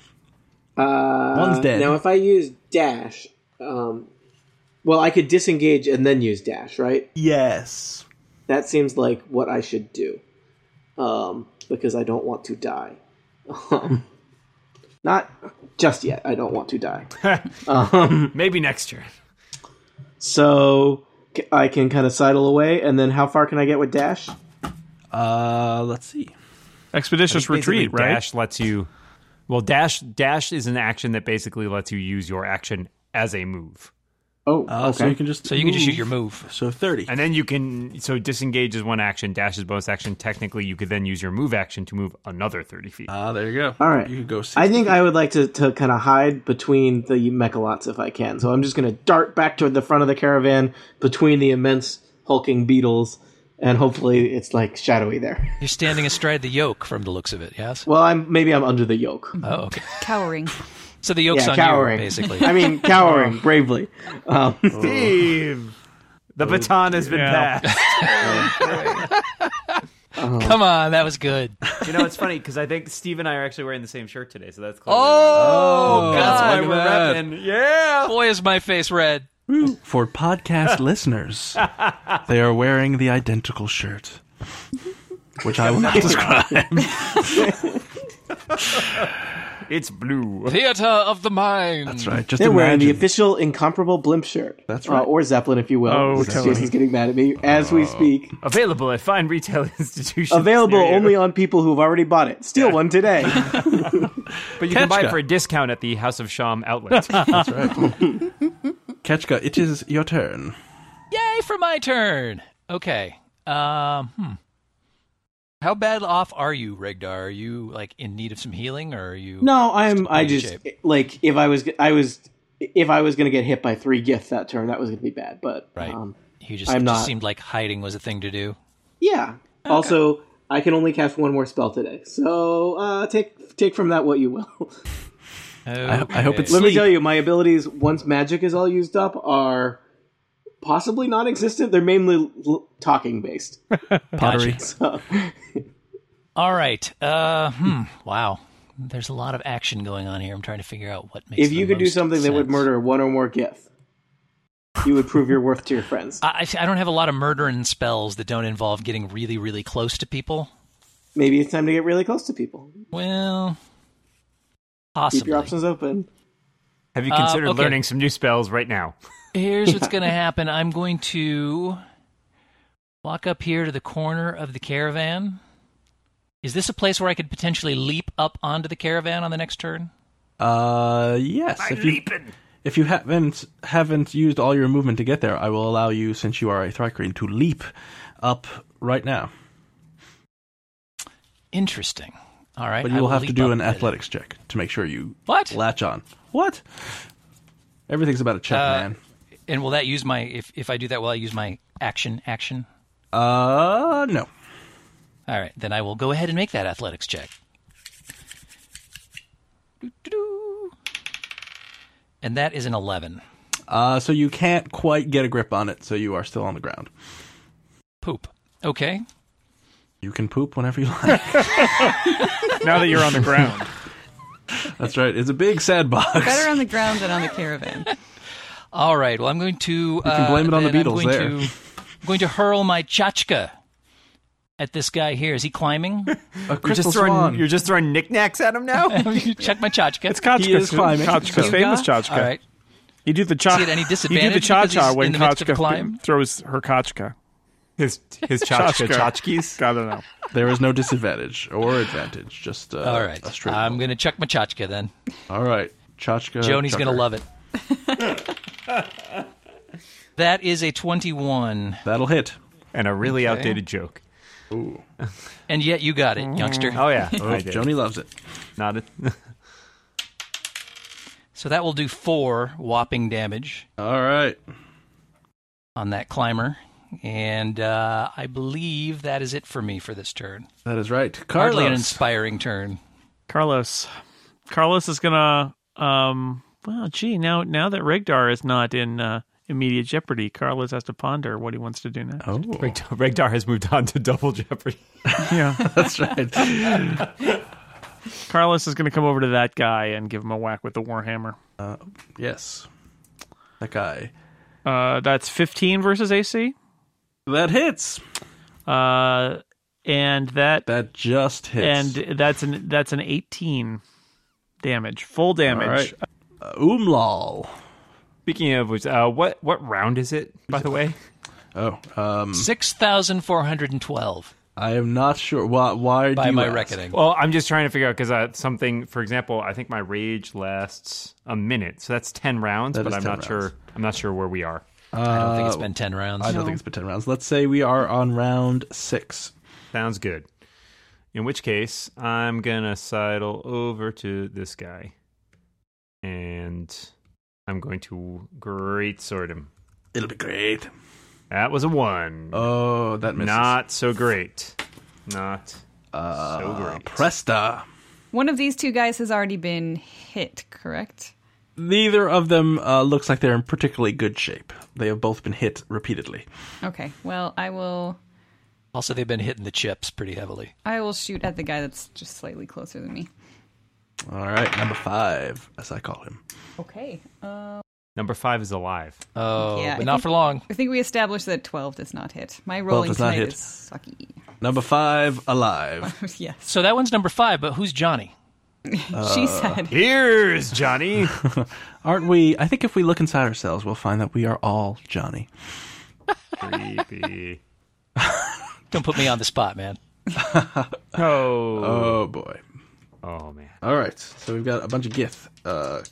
B: Uh, One's dead.
H: Now, if I use dash, um, well, I could disengage and then use dash, right?
B: yes.
H: That seems like what I should do, um, because I don't want to die. Um, not just yet. I don't want to die.
G: Maybe next year.
H: So c- I can kind of sidle away, and then how far can I get with dash?
B: Uh, let's see.
A: Expeditious retreat,
G: Basically,
A: right?
G: Dash lets you. Well, dash dash is an action that basically lets you use your action as a move,
H: Oh,
B: Uh, So you can just
E: So you can just
B: move.
E: shoot your move.
B: So thirty.
G: and then you can so disengage is one action. Dash is bonus action. Technically, you could then use your move action to move another thirty feet.
B: Ah, there you go.
H: All right.
B: you could go. 60.
H: I think I would like to, to kind of hide between the mechalots if I can. So I'm just going to dart back toward the front of the caravan between the immense hulking beetles, and hopefully it's like
E: [LAUGHS]
H: shadowy there.
E: You're standing astride the yoke from the looks of it, yes?
H: [LAUGHS] Well, I'm maybe I'm under the yoke.
E: Oh, okay.
F: Cowering.
E: So the yoke's
H: yeah,
E: on
H: cowering
E: you,
H: [LAUGHS]
E: basically.
H: I
E: [LAUGHS]
H: mean, cowering bravely. Um,
G: Steve, the baton has been
A: Yeah.
G: passed.
E: Come on, that was good.
G: You know, it's funny because I think Steve and I are actually wearing the same shirt today, so that's clearly
E: Oh,
B: that's
E: God.
B: why we're that.
G: Yeah.
E: Oh, Boy, is my face red.
B: For
E: [LAUGHS]
B: podcast listeners, they are wearing the identical shirt, which I will
E: [LAUGHS]
B: not describe.
G: It's blue.
E: Theater of the mind.
B: That's right. Just
H: they're wearing the
B: imagine.
H: official incomparable blimp shirt.
B: That's
H: Uh,
B: right. Oh,
H: or Zeppelin, if you will.
A: Oh,
H: Because
A: Tony.
H: Jason's getting mad at me as we speak.
G: [LAUGHS] Available at fine retail [LAUGHS] institutions.
H: Available
G: near you.
H: only on people who've already bought it. Steal one today.
B: [LAUGHS]
G: But you can buy it
B: Ketchka.
G: for a discount at the House of Sham outlet.
B: Ketchka, it is your turn.
E: Yay for my turn. Okay. Um, hmm. How bad off are you, Regdar? Are you like in need of some healing, or are you?
H: No, I'm. I
E: body
H: just
E: shape.
H: like if I was. I was. If I was going to get hit by three gifts that turn, that was going to be bad. But
E: Right.
H: um,
E: you just,
H: I'm
E: it
H: not.
E: just seemed like hiding was a thing to do.
H: yeah. Also, I can only cast one more spell today, so uh, take take from that what you will. [LAUGHS]
B: I hope
E: Okay.
B: it's-
H: Let me
B: Sleep.
H: tell you, my abilities once magic is all used up are possibly non-existent. They're mainly l- talking based.
B: Pottery.
H: [LAUGHS] So
E: all right. Uh, hmm. Wow. There's a lot of action going on here. I'm trying to figure out what makes.
H: if you
E: the
H: could do
E: most
H: something that would
E: sense.
H: murder one or more gif, you would prove your worth to your friends.
E: I, I I don't have a lot of murdering spells that don't involve getting really, really close to people.
H: Maybe it's time to get really close to people.
E: Well,
H: Keep your
E: possibly.
H: options open.
G: [LAUGHS] Have you
E: Uh,
G: considered
E: okay.
G: learning some new spells right now?
E: Here's what's
H: [LAUGHS]
E: going to happen. I'm going to walk up here to the corner of the caravan. Is this a place where I could potentially leap up onto the caravan on the next turn?
B: Uh, yes. if you if you haven't haven't used all your movement to get there, I will allow you, since you are a Thrycreen, to leap up right now.
E: Interesting. All right.
B: But
E: I
B: you will have to
E: leap
B: do
E: up
B: an
E: then.
B: athletics check to make sure you
E: What?
B: latch on. What? Everything's about a check,
E: Uh,
B: man.
E: And will that use my if if I do that? Will I use my action? Action.
B: Uh, no.
E: All right. Then I will go ahead and make that athletics check. Doo-doo-doo. and that is an 11.
B: Uh, so you can't quite get a grip on it, so you are still on the ground.
E: Poop. Okay.
B: You can poop whenever you
E: [LAUGHS]
B: like.
A: Now that you're on the ground.
B: That's right. It's a big sad box.
F: Better on the ground than on the caravan.
E: All right. Well, I'm going to. You
B: can blame it on the Beatles
E: I'm going
B: there.
E: To, I'm going to hurl my chachka at this guy here. Is he climbing? [LAUGHS]
B: A
D: You're
B: crystal
D: just, throwing,
B: swan.
D: you're just throwing knickknacks at him
G: [LAUGHS]
D: now?
E: Check my chachka.
A: It's Kochka.
B: He is climbing.
A: Kochka's famous Kochka.
E: All right.
A: You do the cha.
E: Is he at any
A: You do
E: disadvantage
A: the
E: because
A: cha-cha
E: he's
A: when
E: in the midst of
A: Kochka
E: climb?
A: throws her Kochka.
D: His
A: [LAUGHS]
D: his tchotchka tchotchkes.
A: I don't know.
B: There is no disadvantage or advantage. Just uh,
E: All right.
B: A straight
E: I'm
B: roll.
E: going to check my chachka then.
B: All right, Chachka.
E: Joni's going to
B: Oh, Chucker.
E: love it.
B: [LAUGHS]
E: that is a 21.
B: That'll hit.
G: and a really outdated joke.
E: And yet you got it, youngster.
G: Oh yeah,
B: Oh,
G: I did.
B: Joni loves it.
G: Not a, [LAUGHS]
E: So that will do four whopping damage
B: All right.
E: on that climber. And uh, I believe that is it for me for this turn.
B: That is right.
E: Hardly an
B: Carlos.
E: inspiring turn.
A: Carlos. Carlos is gonna. Um. Well, gee. Now, now that Regdar is not in uh, immediate jeopardy, Carlos has to ponder what he wants to do next.
G: [LAUGHS]
B: Oh,
G: Regdar has moved on to double jeopardy.
A: Yeah.
B: [LAUGHS] that's right.
A: [LAUGHS] Carlos is gonna come over to that guy and give him a whack with the warhammer.
B: yes. That guy.
A: Uh, that's 15 versus AC.
B: That hits.
A: Uh, and that
B: That just hits.
A: and that's an that's an 18 damage, full damage.
B: all right. Uh, Umlal.
G: Speaking of which, uh, what what round is it? By the way,
B: Oh, um,
E: 6,412
B: I am not sure. Why? Why
E: by
B: do you
E: my
B: ask?
E: reckoning.
G: [LAUGHS] well, I'm just trying to figure out because uh, something. For example, I think my rage lasts a minute, so that's ten rounds.
B: That
G: but
B: is
G: I'm
B: 10
G: not sure.
B: rounds.
G: I'm not sure where we are.
E: I don't think it's been 10 rounds.
B: I don't think it's been ten rounds. Let's say we are on round six.
G: Sounds good. In which case, I'm gonna sidle over to this guy, and I'm going to great sword him.
B: It'll be great.
G: That was a one.
B: Oh, that misses.
G: not so great. Not
A: Uh,
G: so great.
B: Presta.
F: One of these two guys has already been hit, correct?
B: Neither of them uh, looks like they're in particularly good shape. They have both been hit repeatedly.
F: Okay. Well, I will
E: Also, they've been hitting the chips pretty heavily.
F: I will shoot at the guy that's just slightly closer than me.
B: All right, number five, as I call him.
F: Okay. Uh,
G: Number five is alive.
E: Oh,
F: Yeah, I
E: but not
F: think-
E: for long.
F: I think we established that 12 does not hit. My rolling
B: does not
F: tonight
B: hit.
F: is sucky. [LAUGHS]
B: Number five, alive.
F: yes.
E: So that one's number five, but who's Johnny?
B: Uh,
F: she said.
G: Here's Johnny.
A: [LAUGHS]
B: Aren't we? I think if we look inside ourselves, we'll find that we are all Johnny.
G: Creepy.
E: Don't put me on the spot, man.
G: Oh.
B: Oh boy.
G: Oh man.
B: All right, so we've got a bunch of Gith uh,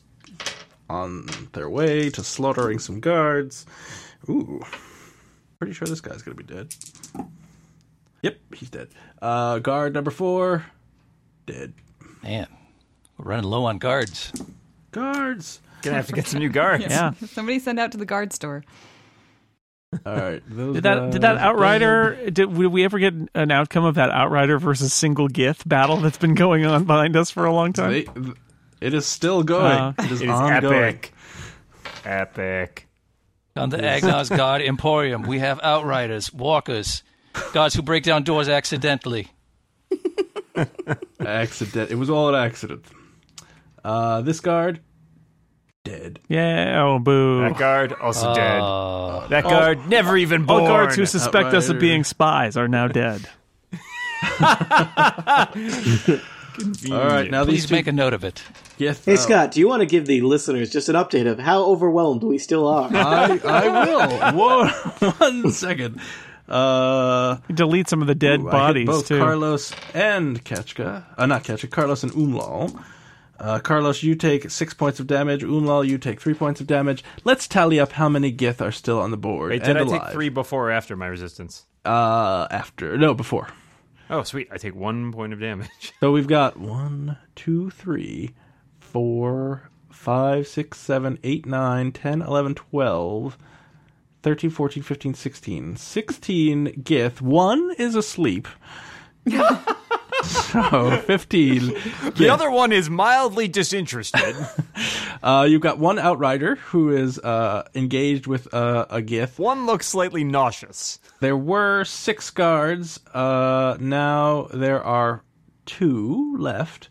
B: on their way to slaughtering some guards. Ooh, pretty sure this guy's gonna be dead. Yep, he's dead. Uh, guard number four, dead.
E: Man, we're running low on guards.
B: Guards.
G: Gonna have to get some new guards.
A: Yeah.
F: [LAUGHS] Somebody send out to the guard store.
B: All
G: [LAUGHS]
B: right. Those
A: Did that did that
B: guys are
A: outrider? Did, would we ever get an outcome of that outrider versus single gith battle that's been going on behind us for a long time?
B: They, th- it is still going.
A: Uh,
G: [LAUGHS]
B: it is,
G: It is
B: ongoing.
G: epic. Epic.
E: On the Agnar's Guard Emporium, we have outriders, walkers, guards who break down doors accidentally.
B: Accident. It was all an accident. Uh, this guard, dead.
A: Yeah. Oh, boo.
G: That guard also dead. That guard never even
A: Uh,
G: born.
A: oh. All guards who suspect us of
B: Outrider.
A: being spies are now dead.
B: All right. Now
E: Please
B: these two.
E: make a note of it.
B: Gith-
H: Hey,
B: oh,
H: Scott, do you want to give the listeners just an update of how overwhelmed we still are?
B: I, [LAUGHS] I will. Whoa, one second. Uh,
A: Delete some of the dead
B: ooh, I hit
A: bodies
B: both
A: too.
B: Carlos and Ketchka. Uh, not Ketchka. Carlos and Umlal. Uh, Carlos, you take six points of damage. Umlal, you take three points of damage. Let's tally up how many Gith are still on the board
G: Wait, did
B: and
G: I
B: alive.
G: take three before or after my resistance?
B: Uh, after no, before.
G: Oh, sweet. I take one point of damage. [LAUGHS]
B: So we've got one, two, three, four, five, six, seven, eight, nine, 10, 11, 12, 13, 14, 15, 16. 16 Gith. One is asleep. So 15.
D: The other one is mildly disinterested. [LAUGHS]
B: Uh, you've got one outrider who is uh, engaged with uh, a gith.
D: one looks slightly nauseous.
B: There were six guards. Uh, now there are two left.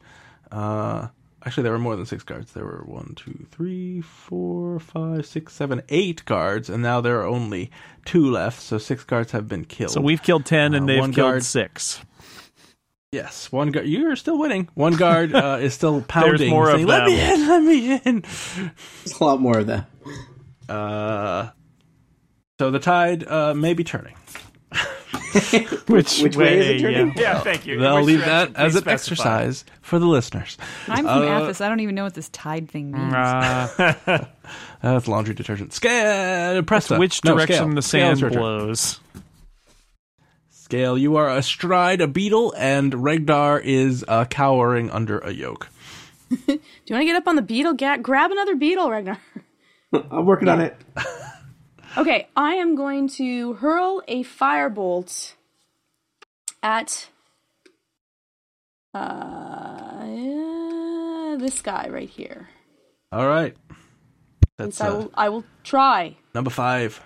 B: Uh, actually, there were more than six guards. There were one, two, three, four, five, six, seven, eight guards, and now there are only two left. So six guards have been killed.
A: So we've killed 10 and
B: Uh,
A: they've
B: one
A: killed
B: guard.
A: six.
B: yes, one guard. You're still winning. One
A: [LAUGHS]
B: guard uh, is still pounding.
A: more of
B: saying, Let me
A: them."
B: in. Let me in.
H: There's [LAUGHS] a lot more of that.
B: Uh, so the tide uh, may be turning.
A: Which,
H: Which way is it turning?
D: Yeah, thank you.
B: They'll
D: We're
B: leave
D: stretching.
B: that as
D: Please
B: an
D: specify.
B: exercise for the listeners.
F: I'm from Athens. I don't even know what this tide thing means.
A: Uh,
B: Uh, That's laundry detergent. Scale, press up.
A: which
B: Uh, No,
A: direction
B: scale.
A: the
B: Scale
A: sand
B: is your turn.
A: blows.
B: Scale, you are astride a beetle, and Regdar is uh, cowering under a yoke.
C: Do you want to get up on the beetle? Ga- grab another beetle, Ragnar. [LAUGHS]
H: [LAUGHS] I'm working on it.
C: Okay, I am going to hurl a firebolt at uh, this guy right here.
B: All right.
C: At least
B: That's
C: I
B: uh,
C: will. I will try.
B: number five.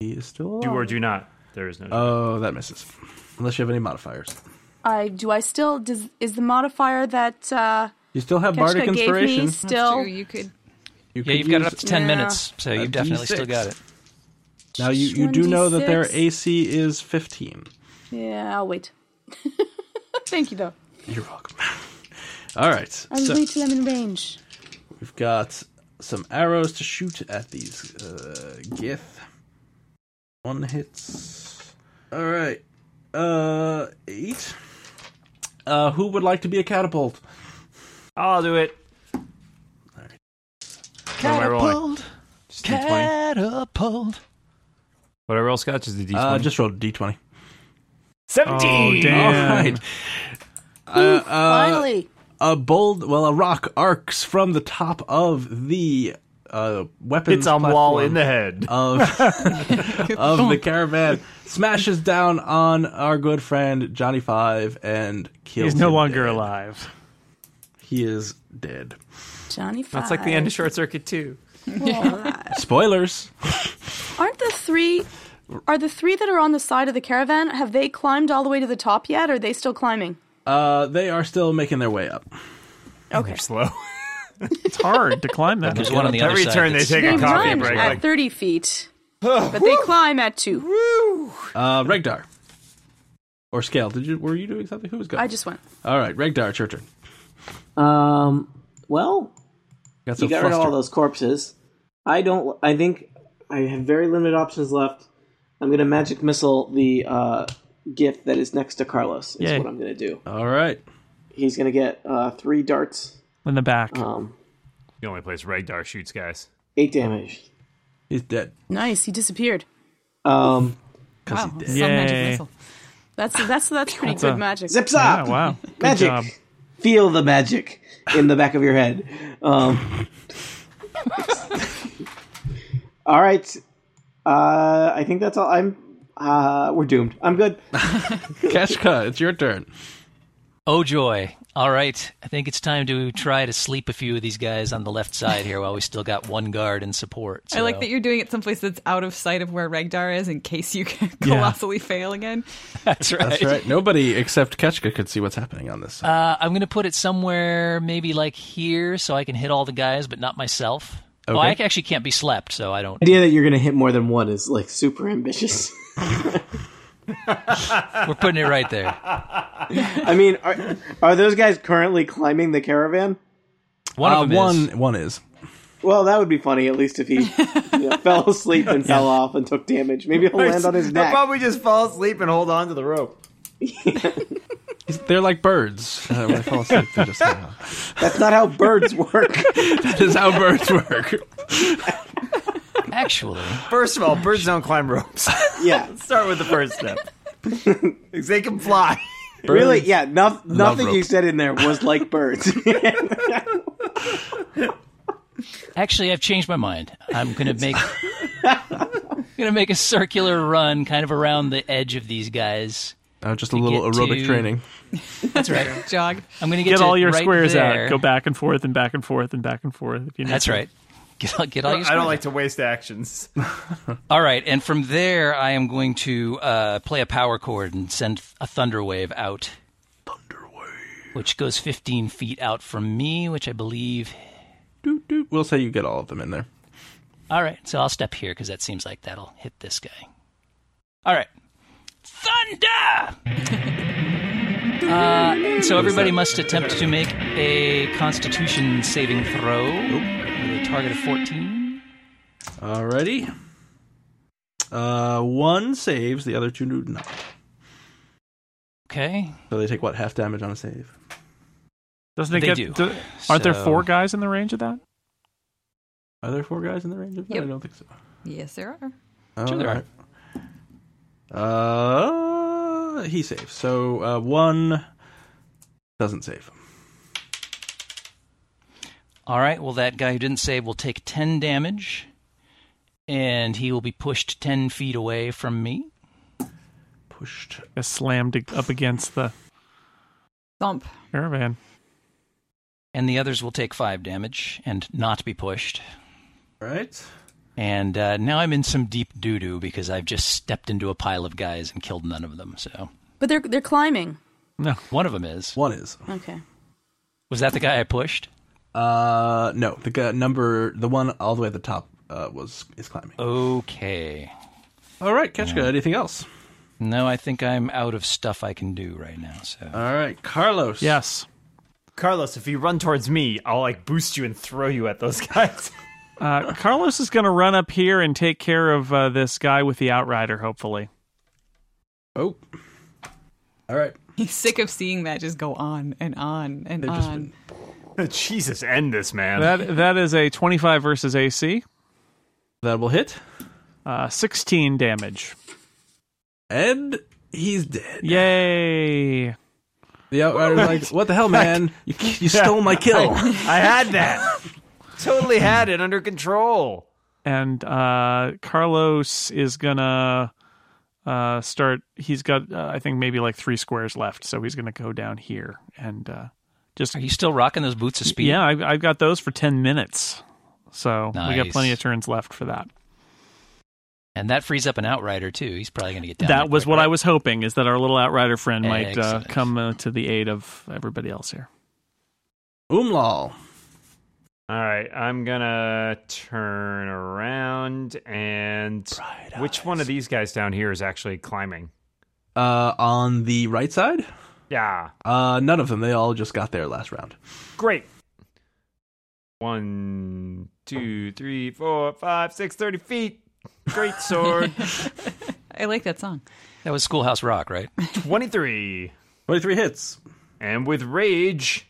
B: He is still alive.
G: Do or do not. There is no.
B: oh, that misses. Unless you have any modifiers.
C: I do. I still does, is the modifier that uh,
B: You still have Bardic
C: Ketchka gave me
B: Inspiration.
F: So
C: still.
F: you could.
B: You
E: Yeah,
B: could
E: you've got it
B: use-
E: up to 10
C: Yeah.
E: minutes, so
B: A
E: you've definitely
B: D6.
E: still got it.
B: Now, you, you do know that their
C: 26.
B: AC is 15.
C: Yeah, I'll wait. [LAUGHS] Thank you, though.
B: You're welcome. [LAUGHS] All right.
C: I'll
B: so-
C: wait till I'm in range.
B: We've got some arrows to shoot at these uh, gith. One hits. All right. Uh, eight. Uh, who would like to be a catapult?
G: I'll do it. What am I rolling?
E: Catapult,
G: Just D20.
E: catapult.
G: What I roll, Scotch, is the D20.
B: Uh, just roll d twenty.
A: Oh,
D: Seventeen.
B: All
A: damn.
B: right. Uh, uh,
C: Finally,
B: a bold, well, a rock arcs from the top of the uh, weapons.
D: It's a wall
B: platform
D: in the
G: [LAUGHS]
D: head.
A: [LAUGHS]
B: of of the caravan smashes down on our good friend Johnny Five and kills.
A: He's no
B: him
A: longer
B: dead.
A: alive.
B: He is dead.
C: Johnny. Five.
G: That's like the end of Short Circuit 2.
B: Spoilers.
C: Aren't the three? Are the three that are on the side of the caravan? Have they climbed all the way to the top yet? Or are they still climbing?
B: Uh, they are still making their way up.
C: Okay.
G: Slow.
A: It's hard to climb that.
E: There's one on the other
D: Every
E: side.
D: turn they
E: that's-
D: take
C: They
D: a coffee
C: run
D: break.
C: at
D: Like,
C: 30 feet, but they climb at two.
B: Uh, Regdar or Scale? Did you were you doing something? Who was going?
C: I just went.
B: All right, Regdar, it's your turn.
H: Um, well,
B: Got so
H: you got rid of all
B: flustered.
H: those corpses. I don't. I think I have very limited options left. I'm gonna magic missile the uh, gift that is next to Carlos. Is
A: Yay.
H: what I'm gonna do.
B: All right.
H: He's gonna get uh, three darts.
A: In the back.
H: Um,
G: [LAUGHS] The only place Regdar shoots guys. [LAUGHS]
H: eight damage.
B: He's dead.
C: Nice. He disappeared.
H: Um,
F: Wow, oh, some
A: Yay.
F: magic missile.
C: That's that's that's pretty good
A: a-
C: magic.
H: zips
A: yeah,
H: up.
A: wow. Good
H: Magic.
A: job.
H: Feel the magic in the back of your head. Um, all right. Uh, I think that's all. I'm. Uh, we're doomed. I'm good.
B: Keshka, it's your turn.
E: Oh joy! All right, I think it's time to try to sleep a few of these guys on the left side here while we still got one guard in support.
F: I like
E: so-
F: that you're doing it someplace that's out of sight of where Regdar is in case you [LAUGHS] colossally fail again.
E: That's right.
B: That's right. Nobody except Keshka could see what's happening on this. side.
E: Uh, I'm going to put it somewhere maybe like here so I can hit all the guys, but not myself. Oh, I
B: Okay.
E: actually can't be slept, so I don't.
H: idea that you're gonna hit more than one is like super ambitious. [LAUGHS]
E: We're putting it right there.
H: I mean, are, are those guys currently climbing the caravan?
E: One
B: Uh,
E: of them
B: one,
E: is.
B: one is.
H: Well, that would be funny. At least if he you know, fell asleep and fell off and took damage, maybe he'll land on his
D: They'll
H: neck.
D: probably just fall asleep and hold on to the rope.
B: He's- They're like birds. Uh, when they fall asleep, they
A: [LAUGHS]
B: just. hang on.
H: That's not how birds work.
B: that is how birds work.
E: Actually,
D: First of all, birds don't climb
G: [LAUGHS]
D: ropes.
H: yeah,
D: Start with the first step. 'Cause they can fly.
H: really. Yeah, no, nothing you
B: rope.
H: said in there was like birds.
E: actually, I've changed my mind. I'm going to
A: [LAUGHS]
E: make. I'm going to make a circular run kind of around the edge of these guys
B: Uh, just a little
E: get
B: aerobic
E: to-
B: training.
E: That's [LAUGHS] right.
F: Jog.
E: I'm going to
A: Get
E: to
A: all your
E: right
A: squares
E: there.
A: out. Go back and forth and back and forth and back and forth. If you need
E: That's
A: to.
E: right. Get all, get all your
D: I
E: squares
D: don't like to waste actions.
E: All right, and from there, I am going to uh, play a power chord and send a thunder wave out. Thunder wave. Which goes 15 feet out from me, which I believe.
B: Doot, doot. We'll say you get all of them in there.
E: All right, so I'll step here because that seems like that'll hit this guy. All right. Thunder! uh, and so everybody must attempt to make a constitution saving throw with a target of 14.
B: Alrighty. Uh, one saves, the other two do not.
E: Okay.
B: So they take what half damage on a save.
A: Doesn't it
E: They
A: get?
E: do.
A: do- aren't there
E: So-
A: four guys in the range of that?
B: Are there four guys in the range of that?
F: Yep.
B: I don't think so.
F: Yes, there are.
B: Oh,
E: Sure there
B: Alright. Uh, he saves. So uh, one doesn't save.
E: All right. Well, that guy who didn't save will take 10 damage, and he will be pushed 10 feet away from me.
B: Pushed.
A: Is slammed ag- up against the
F: Thump.
A: caravan.
E: And the others will take 5 damage and not be pushed.
B: All right.
E: And uh, now I'm in some deep doo doo because I've just stepped into a pile of guys and killed none of them. So
C: But they're they're climbing.
E: one of them is.
B: One is.
C: Okay.
E: Was that the guy I pushed?
B: Uh, no. The gu- number, the one all the way at the top, uh, was is climbing.
E: Okay.
B: All right, Ketchka. Anything else?
E: No, I think I'm out of stuff I can do right now. So
B: All right, Carlos.
A: Yes.
D: Carlos, if you run towards me, I'll like boost you and throw you at those guys.
A: Uh, Carlos is going to run up here and take care of uh, this guy with the outrider. Hopefully,
B: Oh. All right.
F: He's sick of seeing that just go on and on and
B: They've just
F: on.
B: been-
G: [LAUGHS] Jesus, end this man.
A: that that is a twenty-five versus AC,
B: That will hit,
A: uh, sixteen damage.
B: and he's dead.
A: Yay!
B: The outrider's like, "What the hell, man? You, you stole my kill."
G: [LAUGHS] I had that.
D: [LAUGHS]
G: totally had it under control.
A: and uh, Carlos is gonna uh, start. He's got, uh, I think, maybe like three squares left, so he's gonna go down here and uh, just.
E: are you still rocking those boots of speed?
A: Yeah, I've, I've got those for ten minutes, so we got
E: Nice.
A: plenty of turns left for that.
E: And that frees up an outrider too. He's probably going to get down.
A: that was what I was hoping is that our little outrider friend might uh,
E: Excellent.
A: come uh, to the aid of everybody else here.
B: Umlal.
G: All right, I'm gonna turn around and which one of these guys down here is actually climbing?
B: Uh, on the right side,
G: Yeah,
B: uh, none of them. They all just got there last round.
G: great. One, two, three, four, five, six, thirty feet.
B: [LAUGHS]
G: Great sword.
F: I like that song.
E: That was Schoolhouse Rock,
A: [LAUGHS]
E: right?
G: Twenty-three,
B: Twenty-three hits.
G: and with rage,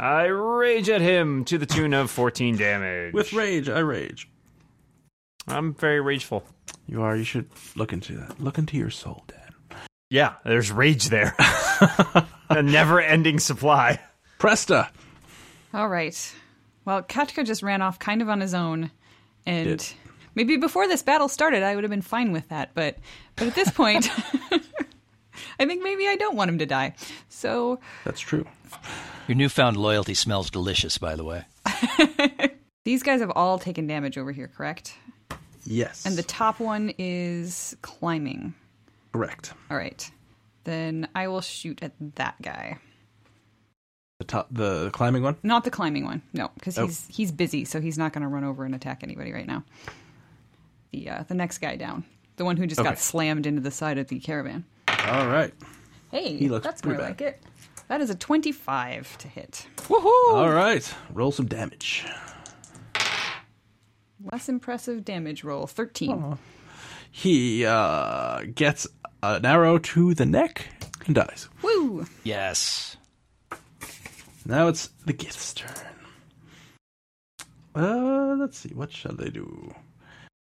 G: I rage at him to the tune of fourteen damage.
B: With rage, I rage.
G: I'm very rageful.
B: You are. You should look into that. Look into your soul, Dan.
G: Yeah, there's
B: [LAUGHS]
G: rage there. a never-ending supply.
B: Presta.
F: All right. Well, Katka just ran off kind of on his own, and
B: Did.
F: maybe before this battle started, I would have been fine with that. But but at this point, [LAUGHS] I think maybe I don't want him to die. So
B: That's true.
E: Your newfound loyalty smells delicious, by the way.
F: these guys have all taken damage over here, correct?
B: Yes.
F: And the top one is climbing.
B: correct.
F: All right. Then I will shoot at that guy.
B: The top. The climbing one.
F: Not the climbing one. No, because
B: Oh.
F: he's he's busy, so he's not going to run over and attack anybody right now. The uh, the next guy down, the one who just
B: Okay.
F: got slammed into the side of the caravan.
B: All right.
F: Hey,
B: He looks
F: that's more
B: pretty bad.
F: like it. That is a twenty-five to hit.
B: All right. Roll some damage.
F: Less impressive damage roll. Thirteen.
B: He uh, gets an arrow to the neck and dies.
F: Woo! [LAUGHS]
E: Yes.
B: Now it's the gift's turn. Uh, let's see. What shall they do?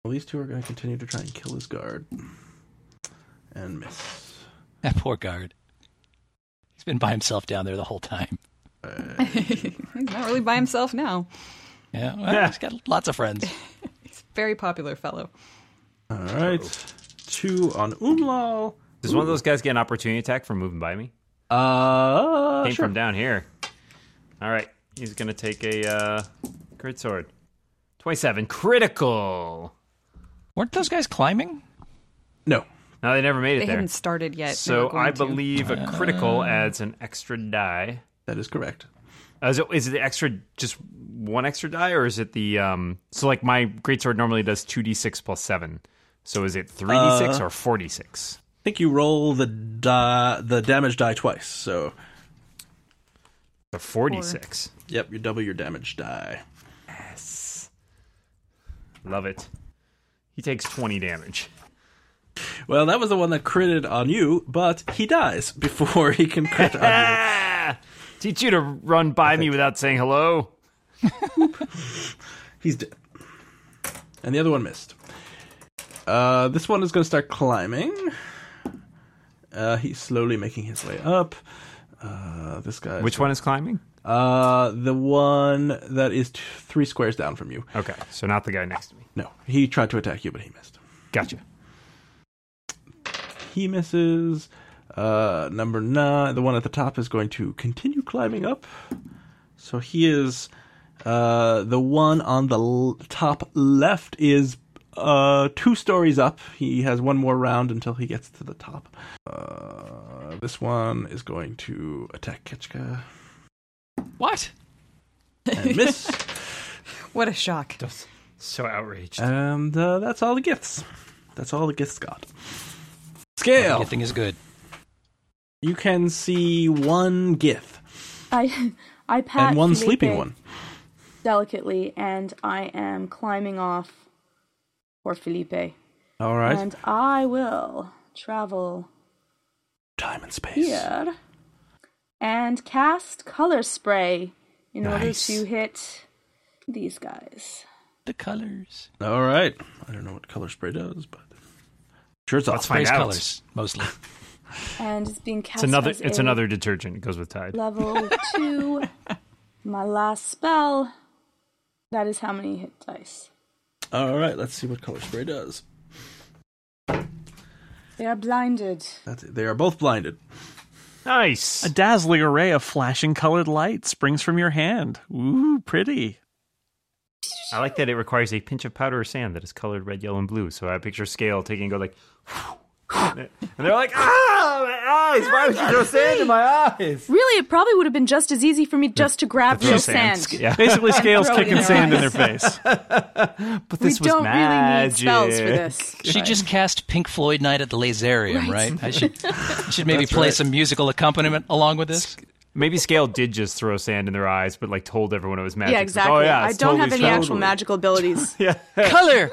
B: Well, these two are going to continue to try and kill his guard and miss.
E: That poor guard. He's been by himself down there the whole time.
F: He's not really by himself now.
E: Yeah, well, he's got lots of friends.
F: Very popular fellow.
B: All right, two on Umlal,
G: Does one of those guys get an opportunity attack for moving by me?
B: Uh,
G: Came
B: sure.
G: from down here. All right, he's gonna take a uh, crit sword. Twenty-seven critical.
E: Weren't those guys climbing?
B: No.
G: No, they never made it
F: They
G: there.
F: hadn't started yet. They
G: so
F: were going
G: I
F: to.
G: believe a critical adds an extra die.
B: That is correct.
G: Uh, Is it, is it the extra just one extra die, or is it the um? So like my greatsword normally does two d six plus seven. So is it three d six or four d six?
B: I think you roll the die, the damage die twice. So,
G: The four d six.
B: yep, you double your damage die.
G: Love it. He takes twenty damage.
B: Well, that was the one that critted on you, but he dies before he can crit on you.
G: Ah! Teach you to run by me without saying hello.
B: He's dead. And the other one missed. Uh, this one is going to start climbing. Uh, he's slowly making his way up. Uh, this guy.
G: Which one is climbing?
B: Uh, the one that is t- three squares down from you.
G: Okay, so not the guy next to me.
B: No, he tried to attack you, but he missed.
G: Gotcha.
B: He misses. Uh, number nine, the one at the top is going to continue climbing up. So he is. Uh, the one on the l- top left is uh, two stories up. He has one more round until he gets to the top. Uh, this one is going to attack Ketchka
E: What?
B: and miss.
F: What a shock.
G: So outraged.
B: and uh, that's all the gifts. That's all the gifts got. Scale.
E: Everything is good.
B: You can see one gif
C: I I pat
B: and one
C: Felipe
B: sleeping one.
C: delicately, and I am climbing off for Felipe,
B: All right.
C: and I will travel
B: Time and space.
C: here and cast color spray in order
B: Nice.
C: to hit these guys.
E: The colors.
B: All right. I don't know what color spray does, but sure it's
G: Let's
B: awesome.
G: find
E: Praise
G: out.
E: colors, mostly.
C: And it's being cast.
G: It's another.
C: as
G: It's
C: a
G: another detergent. It goes with Tide.
C: level two. [LAUGHS] My last spell. That is how many hit dice.
B: All right. Let's see what color spray does.
C: They are blinded.
B: That's it. They are both blinded.
G: Nice.
A: A dazzling array of flashing colored light springs from your hand. Ooh, pretty.
G: I like that it requires a pinch of powder or sand that is colored red, yellow, and blue. So I picture Scale taking and go like, [LAUGHS] and they're like, ah, my eyes! Why would you throw sand in my eyes?
C: Really, it probably would have been just as easy for me just to grab
G: Throw
C: real sand.
G: Yeah,
E: [LAUGHS]
A: Basically, scales
C: Throw it
A: kicking
C: in their
A: sand in their
C: eyes.
A: face.
G: but
C: We
G: this was
C: don't really need
G: magic.
C: spells for this.
E: [LAUGHS] She just cast Pink Floyd Night at the Laserium, right? I should, I should maybe play some musical accompaniment along with this.
G: Maybe Scale did just throw sand in their eyes, but like told everyone it was magic.
C: Yeah,
G: It's like,
C: exactly.
G: oh yeah,
C: I
G: it's
C: don't
G: totally
C: have any
G: spell."
C: actual
G: [LAUGHS]
C: magical abilities.
E: Color.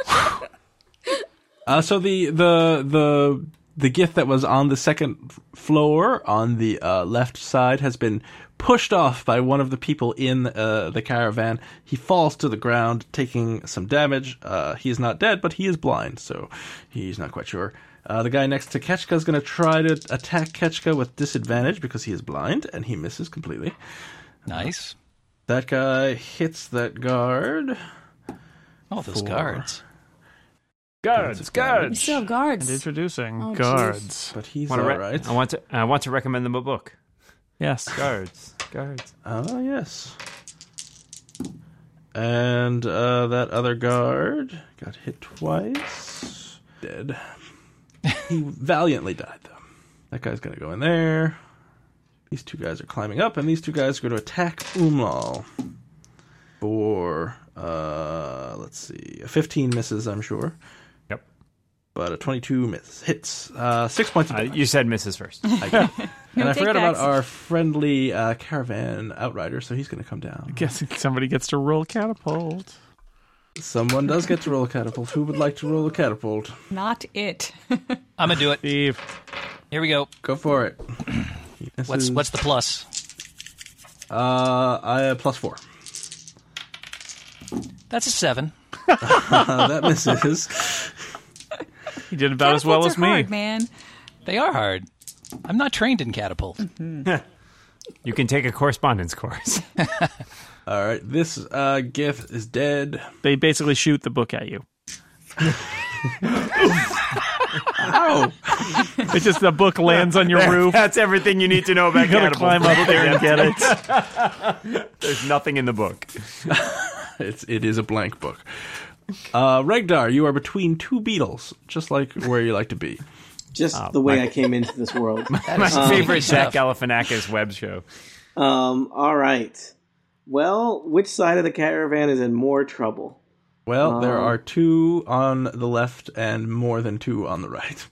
B: Uh, so the the the the gif that was on the second floor on the uh, left side has been pushed off by one of the people in uh, the caravan. He falls to the ground, taking some damage. Uh, he is not dead, but he is blind, so he's not quite sure. Uh, the guy next to Ketchka is going to try to attack Ketchka with disadvantage because he is blind, and he misses completely.
E: Nice.
B: That guy hits that guard.
E: Oh, those
B: Four.
E: guards.
G: Guards,
C: We
G: guards.
C: still have guards.
A: And introducing
C: Oh, jeez.
A: guards.
B: But he's
G: Wanna
B: all
G: re-
B: right.
G: I want to. I want to recommend them a book.
A: Yes.
G: Guards, guards.
B: Ah, yes. And uh, that other guard got hit twice. Dead. he valiantly died, though. That guy's going to go in there. These two guys are climbing up, and these two guys are going to attack Umlal. For, uh, let's see, a 15 misses, I'm sure,
G: Yep.
B: but a 22 miss, hits. Uh, six points of
G: Uh,
B: damage.
G: you said misses first.
B: and I
F: take
B: forgot about
F: backs.
B: our friendly uh, caravan outrider, so he's going to come down.
A: Guessing somebody gets to roll catapult.
B: Someone does get to roll a catapult. Who would like to roll a catapult?
F: Not it.
E: I'm gonna do it.
A: Steve.
E: Here we go.
B: Go for it.
E: What's what's the plus?
B: uh, I, plus four.
E: That's a seven.
B: Uh, that misses. [LAUGHS]
A: He did about as well
F: Catapults
A: as
F: are
A: me.
F: hard, man.
E: They are hard. I'm not trained in catapult.
G: You can take a correspondence course.
B: All right, this uh, gif is dead.
A: They basically shoot the book at you.
B: Ow!
A: It's just the book lands on your
G: [LAUGHS]
A: roof.
D: That's everything you need to know about
A: You gotta
D: cannibals.
A: climb up there and get it.
D: There's nothing in the book.
B: It's it is a blank book. Uh, Regdar, you are between two beetles, just like where you like to be.
H: Just the way I came into this world.
D: My favorite Zach
E: stuff.
D: Galifianakis web show.
H: um, all right. Well, which side of the caravan is in more trouble?
B: Well, there are two on the left and more than two on the right.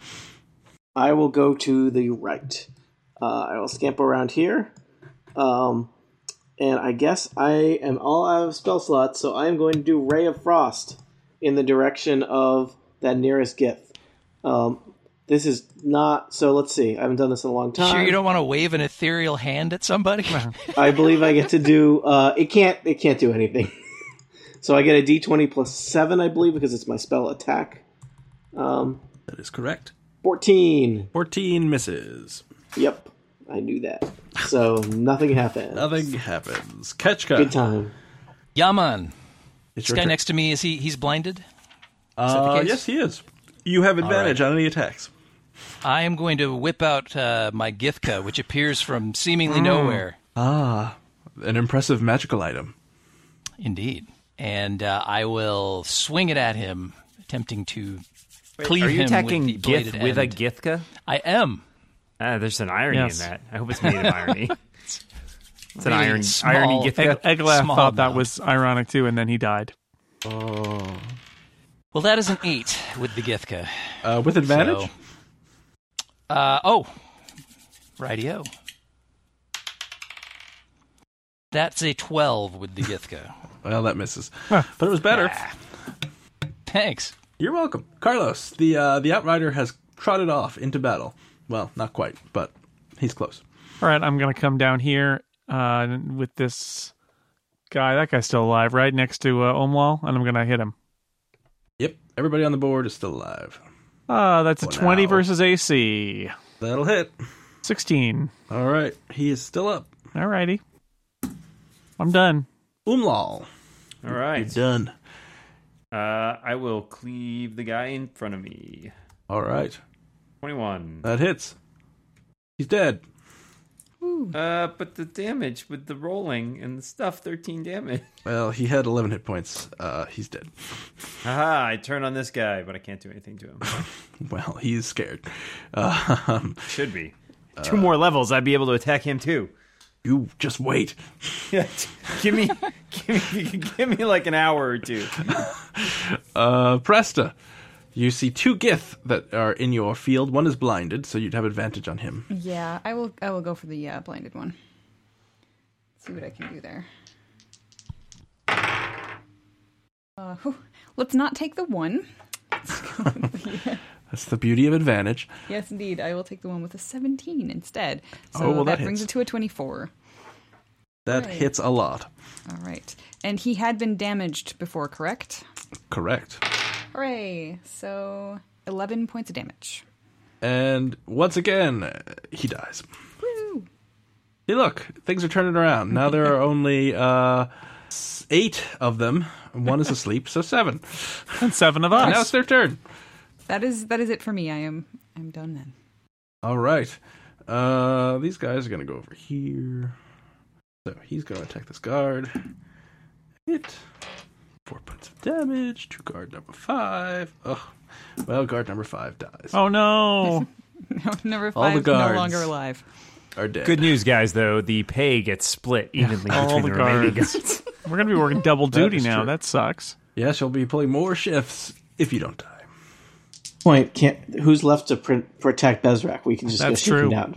H: I will go to the right. Uh, I will scamper around here. Um, and I guess I am all out of spell slots, so I am going to do Ray of Frost in the direction of that nearest Gith. Um, this is not. So let's see. I haven't done this in a long time.
E: Sure, you don't want to wave an ethereal hand at somebody.
H: I believe I get to do. Uh, it can't. It can't do anything. [LAUGHS] so I get a D twenty plus seven, I believe, because it's my spell attack. Um,
B: That is correct.
H: fourteen.
B: Fourteen misses.
H: Yep, I knew that. So nothing happened.
B: Nothing happens.
H: Good
B: Ketchka.
H: time.
E: Yaman,
B: It's
E: this
B: your
E: guy
B: turn.
E: next to me is he? He's blinded.
B: Uh,
E: case?
B: yes, he is. You have advantage on any attacks.
E: I am going to whip out uh, my Githka, which appears from
D: Hmm.
E: seemingly nowhere.
B: An impressive magical item.
E: Indeed. And uh, I will swing it at him, attempting to cleave
D: Are you
E: him
D: attacking
E: with the bladed
D: Gith with a
E: end.
D: Githka?
E: I am.
G: Uh,
D: Ah, there's an irony
A: Yes.
D: in that. I hope it's made of irony. it's an
E: Really
D: iron,
E: small-
D: irony Githka.
A: Eglath
E: Small
A: thought that
E: amount.
A: was ironic too, and then he died.
E: Well, that is an eight with the Githka.
B: Uh, with advantage?
E: So, uh, oh, rightio. That's a 12 with
D: [LAUGHS]
E: the Githka.
B: Well, that misses. But it was better.
E: Thanks.
B: You're welcome, Carlos. The uh, the outrider has trotted off into battle. Well, not quite, but he's close.
A: All right, I'm gonna come down here uh, with this guy. That guy's still alive, right next to uh, Omwal, and I'm gonna hit him.
B: Yep, everybody on the board is still alive.
A: Uh, that's a
B: Wow.
A: 20 versus AC.
B: That'll hit.
A: 16.
B: All right, he is still up.
A: All righty. I'm done.
B: Umlal,
G: All right.
B: done.
G: Uh, I will cleave the guy in front of me.
B: All right,
G: 21.
B: that hits. He's dead.
G: Uh, but the damage with the rolling and the stuff, 13 damage. [LAUGHS]
B: Well, he had 11 hit points. Uh, he's dead. [LAUGHS]
G: Haha, I turn on this guy, but I can't do anything to him.
B: Well, he's scared. Um,
G: Should be. Two more levels, I'd be able to attack him too.
B: [LAUGHS] you just wait.
G: Yeah, t- [LAUGHS] give me, give me, give me like an hour or two.
B: Uh, Presta, you see two Gith that are in your field. One is blinded, so you'd have advantage on him.
F: Yeah, I will. I will go for the uh, blinded one. See what I can do there. Uh, whew. Let's not take the one.
B: That's the beauty of advantage.
F: Yes, indeed, I will take the one with a seventeen instead. So
B: Oh, well,
F: that,
B: that
F: brings it
B: hits.
F: to a twenty-four.
B: That
F: Right.
B: hits a lot.
F: All right, and he had been damaged before, correct?
B: Correct.
F: Hooray! So eleven points of damage.
B: And once again, uh, he dies.
F: Woo!
B: Hey, look, things are turning around. Now there are only uh, s- eight of them. One is asleep, so seven.
A: [LAUGHS] And seven of
B: And now
A: us.
B: it's their turn.
F: That is that is it for me. I am I'm done then. [LAUGHS]
B: All right. Uh, these guys are going to go over here. So he's going to attack this guard. Hit. Four points of damage to guard number five. Oh, well, guard number five dies.
A: Oh,
B: [LAUGHS]
A: no.
F: No, number
B: All the
F: five is no
B: guards.
F: longer alive.
B: Are dead.
D: Good news, guys. Though the pay gets split evenly
A: All
D: between
A: the
D: the, remaining
A: guards.
D: guys.
A: We're going to be working double duty
B: is
A: now.
B: true.
A: That sucks.
B: Yes, you'll be pulling more shifts if you don't die.
H: Point. Can't, who's left to pr- protect Bezrak? We can just
A: That's
H: go
A: true.
H: shooting down.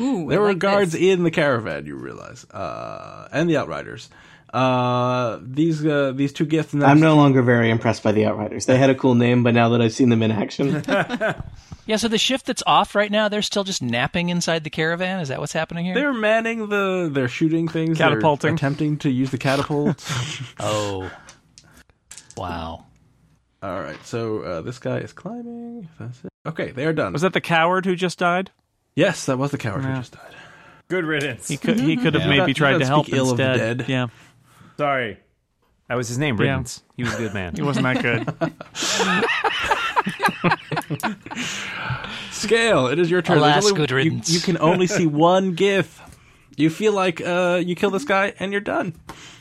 F: Ooh, I
B: There were
F: like
B: guards
F: This.
B: in the caravan, you realize, uh, and the outriders. Uh, these uh, these two gifts. Next,
H: I'm no longer very impressed by the Outriders. They had a cool name, but now that I've seen them in action,
E: Yeah, so the shift that's off right now, they're still just napping inside the caravan. Is that what's happening here?
B: They're manning the. They're shooting things. they're
A: Catapulting.
B: attempting to use the catapult.
E: Oh. Wow.
B: All right. So uh, this guy is climbing. That's it. Okay, they are done.
A: Was that the coward who just died?
B: yes, that was the coward who just died.
G: [LAUGHS] Good riddance.
A: He could, he could have
B: You
A: maybe
B: don't- you
A: tried
B: don't
A: to help
B: speak ill of the
A: instead.
B: dead.
A: Yeah,
G: Sorry, that was his name.
A: Yeah.
B: [LAUGHS]
G: Riddance. [LAUGHS] He was a good man.
A: he wasn't that good.
B: Scale, it is your turn.
E: Alas,
B: There's only-
E: good
B: you-
E: riddance.
B: You, can only
E: [LAUGHS]
B: see one gif. You feel like uh, you kill this guy and you're done.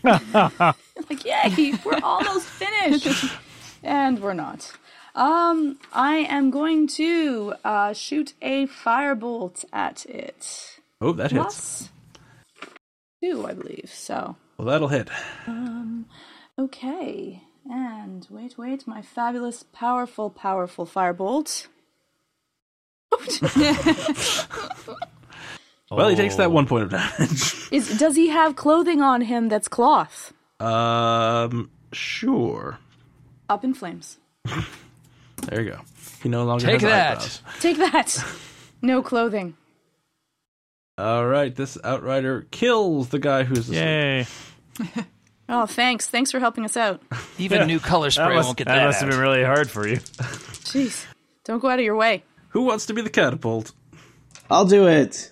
C: Like, yay,
B: [LAUGHS]
C: we're almost finished. and we're not. Um, I am going to uh, shoot a firebolt at it.
B: Oh, that hits.
C: Plus two, I believe. So,
B: Well, that'll hit.
C: okay. And wait, wait, my fabulous, powerful, powerful firebolt.
B: Well, he takes
E: Oh.
B: that one point of damage. [LAUGHS]
C: Is does he have clothing on him that's cloth?
B: um, sure.
C: Up in flames.
B: There you go. He no longer
E: Take
B: has
E: that.
B: eyebrows.
C: Take that. No clothing.
B: All right, this outrider kills the guy who's asleep.
A: Yay.
C: Oh, thanks. Thanks for helping us out.
E: Even new color spray
D: must,
E: won't get
D: that
E: that.
D: must have
E: out.
D: been really hard
B: [LAUGHS]
D: for you.
C: Jeez. Don't go out of your way.
B: Who wants to be the catapult?
H: I'll do it.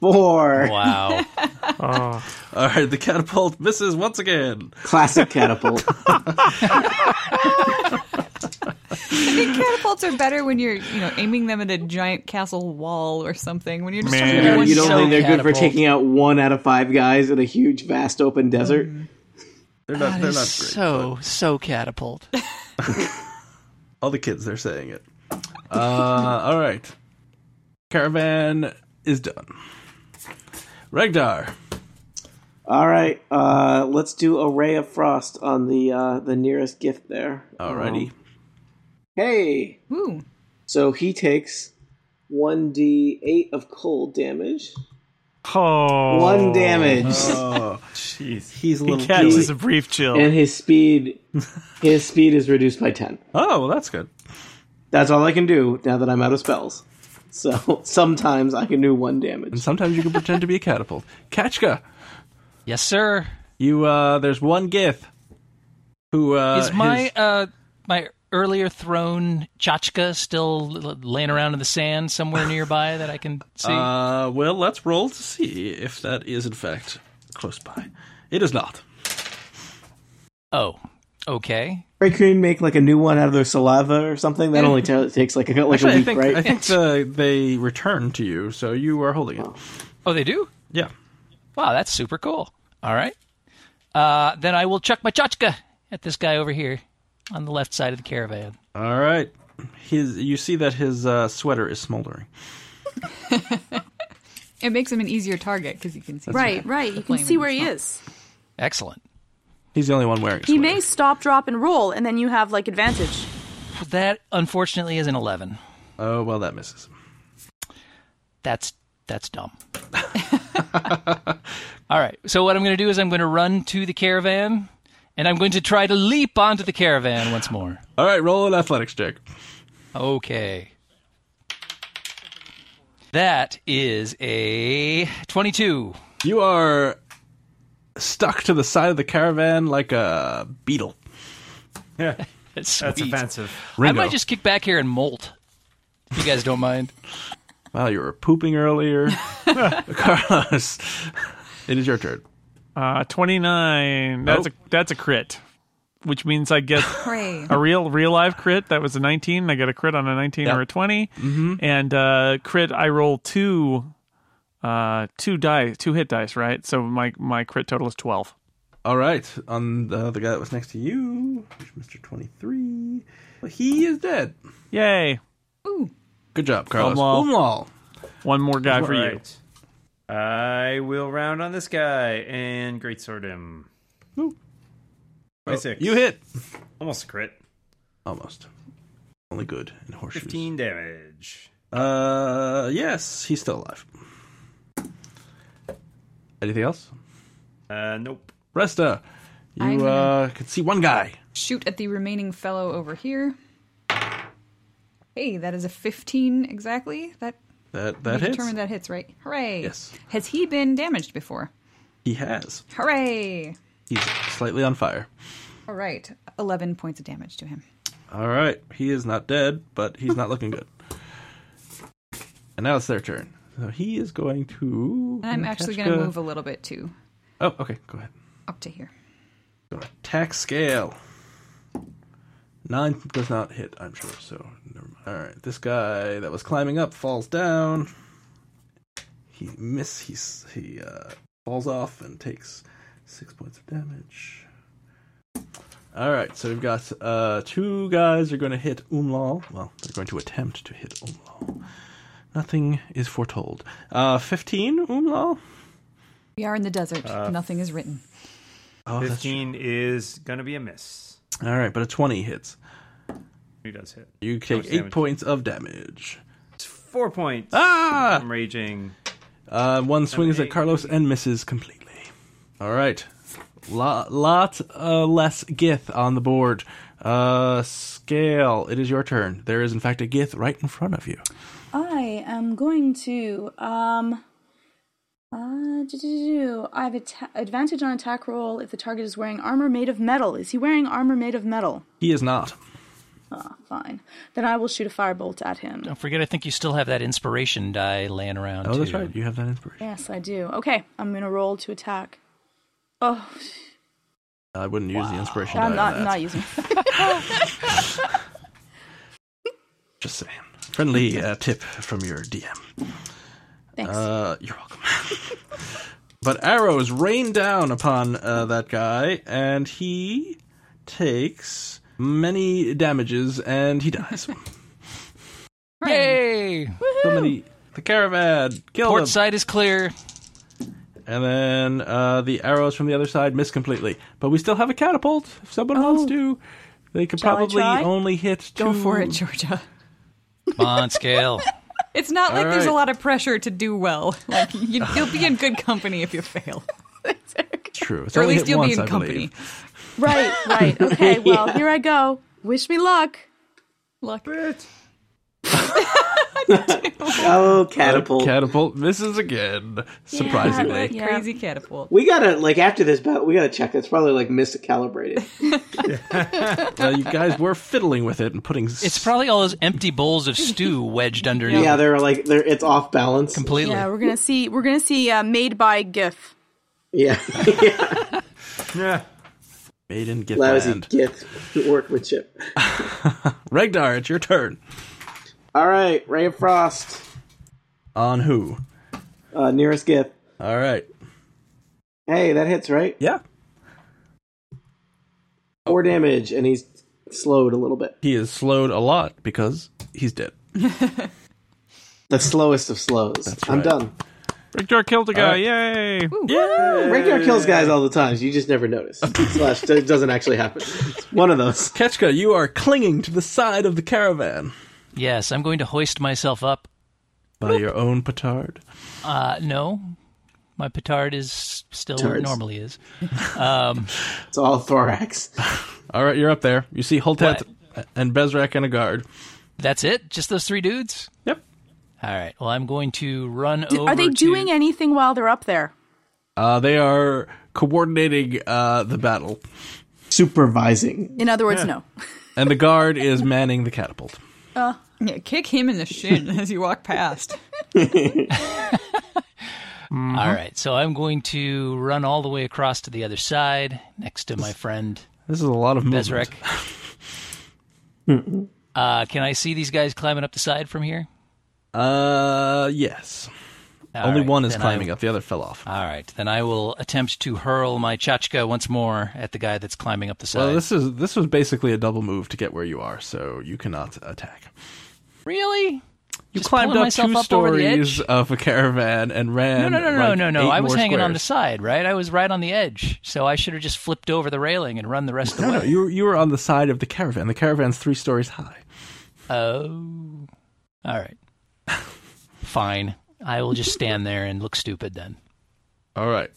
H: Four.
E: Wow.
B: All right, the catapult misses once again.
H: Classic catapult.
F: I think catapults are better when you're, you know, aiming them at a giant castle wall or something. When you're just trying to
A: Man.
F: get one
H: you don't
F: shot.
H: think they're good
E: catapult.
H: for taking out one out of five guys in a huge, vast, open desert?
B: They're not.
E: That
B: they're
E: is
B: not great.
E: so so catapult.
B: All the kids, they're saying it. Uh, all right, caravan is done. Regdar,
H: All right, uh, let's do a ray of frost on the uh, the nearest gift there.
B: alrighty.
H: Um, hey,
F: Ooh.
H: so he takes one d eight of cold damage.
A: Oh.
H: One damage, [LAUGHS]
B: Oh,
A: Jeez.
H: He's a
A: He
H: little
A: catches
H: cheeky.
A: a brief chill.
H: and his speed
B: [LAUGHS]
H: his speed is reduced by ten.
B: oh, well, that's good.
H: That's all I can do now that I'm out of spells. So [LAUGHS] sometimes I can do one
B: And
H: damage.
B: sometimes you can pretend to be a catapult. Kachka,
E: Yes, sir.
B: you. Uh, there's one gif. Who uh,
E: is my
B: his-
E: uh my earlier thrown chachka still l- laying around in the sand somewhere nearby that
D: [SIGHS]
E: I can see?
B: Uh, well, let's roll to see if that is in fact close by. It is not.
E: oh, okay.
H: Raccoon make like a new one out of their saliva or something. That only ta- takes like a, like
B: Actually,
H: a
B: I
H: week,
B: think
H: right?
B: I think the, they return to you, so you are holding it.
E: Oh, they do.
B: Yeah.
E: Wow, that's super cool. All right. Uh, then I will chuck my chachka at this guy over here on the left side of the caravan.
B: All right. His, you see that his uh, sweater is smoldering.
F: It makes him an easier target because you can see.
C: Right, right. You can
F: flame
C: see
F: in
C: where
F: the
C: he
F: top.
C: is.
E: Excellent.
B: He's the only one wearing. A
C: He
B: sweater.
C: may stop, drop, and roll, and then you have like advantage.
E: That unfortunately is an eleven.
B: Oh well, that misses.
E: That's that's dumb. [LAUGHS] All right. So what I'm going to do is I'm going to run to the caravan, and I'm going to try to leap onto the caravan once more.
B: All right, roll an athletics check.
E: Okay. That is a 22.
B: You are stuck to the side of the caravan like a beetle.
D: Yeah, [LAUGHS]
E: That's,
D: that's
E: sweet.
D: offensive.
E: I
B: Ringo.
E: might just kick back here and molt. If you guys don't mind. [LAUGHS]
B: Wow, you were pooping earlier, [LAUGHS] Carlos. It is your turn.
A: Uh, 29. That's
B: Oh.
A: a that's a crit, which means I
B: [LAUGHS]
A: get
F: Pray.
A: a real real live crit. That was a 19. I get a crit on a 19 or a 20.
B: Mm-hmm.
A: And uh, crit, I roll two uh, two dice, two hit dice, right? So my my crit total is 12.
B: All right, on the, the guy that was next to you, Mr. Twenty Three. He is dead.
A: Yay!
B: Good job, Carlos.
A: Umlaw.
B: Umlaw.
A: One more guy for you.
G: Right. I will round on this guy and greatsword him.
B: Ooh.
G: Twenty-six.
B: You hit.
G: almost a crit.
B: Almost. Only good in horseshoes.
G: Fifteen damage.
B: Uh, yes, he's still alive. Anything else?
G: Uh, nope.
B: Resta, you
F: I'm gonna-
B: uh could see one guy.
F: Shoot at the remaining fellow over here. Hey, that is a 15 exactly. That
B: That
F: we
B: that hits.
F: determined that hits, right? Hooray!
B: Yes.
F: Has he been damaged before?
B: He has.
F: Hooray!
B: He's slightly on fire.
F: All right, 11 points of damage to him.
B: All right, he is not dead, but he's not looking good. And now it's their turn. So he is going to.
F: And I'm actually going to move a little bit too,
B: Oh, okay. Go ahead.
F: up to here.
B: Go to attack scale. Nine does not hit, I'm sure. So, never mind. all right. This guy that was climbing up falls down. He miss. He's he uh, falls off and takes six points of damage. All right. So we've got uh, two guys are going to hit Umlal. Well, they're going to attempt to hit Umlal. Nothing is foretold. Uh, Fifteen Umlal.
F: We are in the desert. Nothing is written.
B: Oh, that's-
G: 15 is going to be a miss.
B: all right. But a twenty hits.
G: He does hit.
B: You take eight
G: damage?
B: points of damage.
G: It's four points.
B: Ah!
G: I'm raging.
B: Uh, one swings at Carlos and misses completely. All right. Lot, lot uh, less Gith on the board. Uh, scale, it is your turn. There is, in fact, a Gith right in front of you.
C: I am going to um uh do, do, do, do. I have atta- advantage on attack roll if the target is wearing armor made of metal. Is he wearing armor made of metal?
B: He is not.
C: Ah, fine. Then I will shoot a firebolt at him.
E: Don't forget, I think you still have that inspiration die laying around.
B: Oh,
E: too.
B: that's right. You have that inspiration.
C: Yes, I do. Okay, I'm gonna roll to attack. Oh,
B: I wouldn't use the inspiration. die
C: I'm
B: on
C: not
B: that.
C: not using. [LAUGHS]
B: Just saying. Friendly uh, tip from your DM.
C: Thanks.
B: Uh, you're welcome. [LAUGHS] but arrows rain down upon uh, that guy, and he takes many damages, and he
F: [LAUGHS]
B: dies.
E: Yay!
B: so many. The caravan, kill
E: Port
B: them,
E: side is clear.
B: and then uh, the arrows from the other side miss completely. But we still have a catapult. If someone
F: Oh.
B: wants to, they could
C: Shall I
B: probably
C: try?
B: only hit.
F: Go
B: two-
F: for it, Georgia.
E: Come
B: [LAUGHS]
E: on, scale.
F: It's not like there's a
B: right.
F: lot of pressure to do well. [LAUGHS] Like you, you'll be in good company if you fail,
B: True. It's
F: or at
B: only
F: least
B: hit
F: you'll
B: once,
F: be in
B: I
F: company.
B: believe.
C: right,
B: [LAUGHS]
C: right. Okay. Well, here I go. Wish me luck.
F: Luck.
B: [LAUGHS]
H: Oh, catapult.
B: Catapult misses again, surprisingly.
F: That Crazy catapult.
H: we gotta like after this battle, we gotta check. It's probably like
B: [LAUGHS]
H: miscalibrated.
B: Uh, you guys were fiddling with it and putting. s-
E: It's probably all those empty bowls
C: [LAUGHS]
E: of stew wedged underneath.
H: yeah, they're like they're it's off balance.
E: completely.
C: Yeah, we're gonna see. We're gonna see. Uh, made by GIF.
H: yeah,
B: [LAUGHS]
H: [LAUGHS] yeah.
G: Yeah.
B: made in
H: lousy
B: Gitland.
H: git workmanship.
B: Regdar, it's your turn.
H: All right, ray of frost,
B: On who?
H: uh, nearest gith.
B: All right.
H: Hey, that hits right.
B: Yeah.
H: Four damage, and he's slowed a little bit.
B: He is slowed a lot because he's dead.
H: The slowest of slows. I'm
B: right.
H: done. Oh,
A: Rictor killed a guy. Yay!
H: Ragnar kills guys all the time. so You just never
B: [LAUGHS]
H: notice. Slash, it doesn't actually happen. It's one of those.
B: Ketchka, you are clinging to the side of the caravan
E: Yes, I'm going to hoist myself up.
B: by your own petard.
E: Uh, no, my petard is still where it
H: Petards.
E: normally is.
H: It's
B: [LAUGHS]
H: all thorax.
B: All right, you're up there. You see Holtet and Bezrak and a guard.
E: That's it. Just those three dudes.
B: Yep.
E: All right. Well, I'm going to run over.
C: Are they
E: to-
C: doing anything while they're up there?
B: Uh, they are coordinating uh, the battle,
H: Supervising.
C: In other
D: [LAUGHS]
C: words, no.
B: and the guard
E: [LAUGHS]
B: is manning the catapult.
F: Yeah, kick him in the shin [LAUGHS] as you walk past.
E: All right. So I'm going to run all the way across to the other side next to my friend
B: This is a lot of movement.
E: Bezrek. [LAUGHS] uh, can I see these guys climbing up the side from here?
B: Uh, yes.
E: All
B: Only
E: right,
B: one is
E: then I-
B: climbing up. The other fell off.
E: All right, then I will attempt to hurl my chachka once more at the guy that's climbing up the side.
B: Well, this is this was basically a double move to get where you are, so you cannot attack.
E: really?
B: You
E: Just
B: climbed
E: pulling
B: up
E: myself
B: two
E: up over the edge?
B: stories of a caravan and
E: No,
B: ran.
E: no, no, no,
B: like,
E: no, no.
B: eight
E: I was
B: more
E: hanging on the
B: squares.
E: side, right? I was right on the edge, so I should have just flipped over the railing and run the rest of the
B: No, no,
E: way.
B: you were- you were on the side of the caravan. The caravan's three stories high.
E: Oh, all right. Fine. I will just stand there and look stupid then.
B: All right,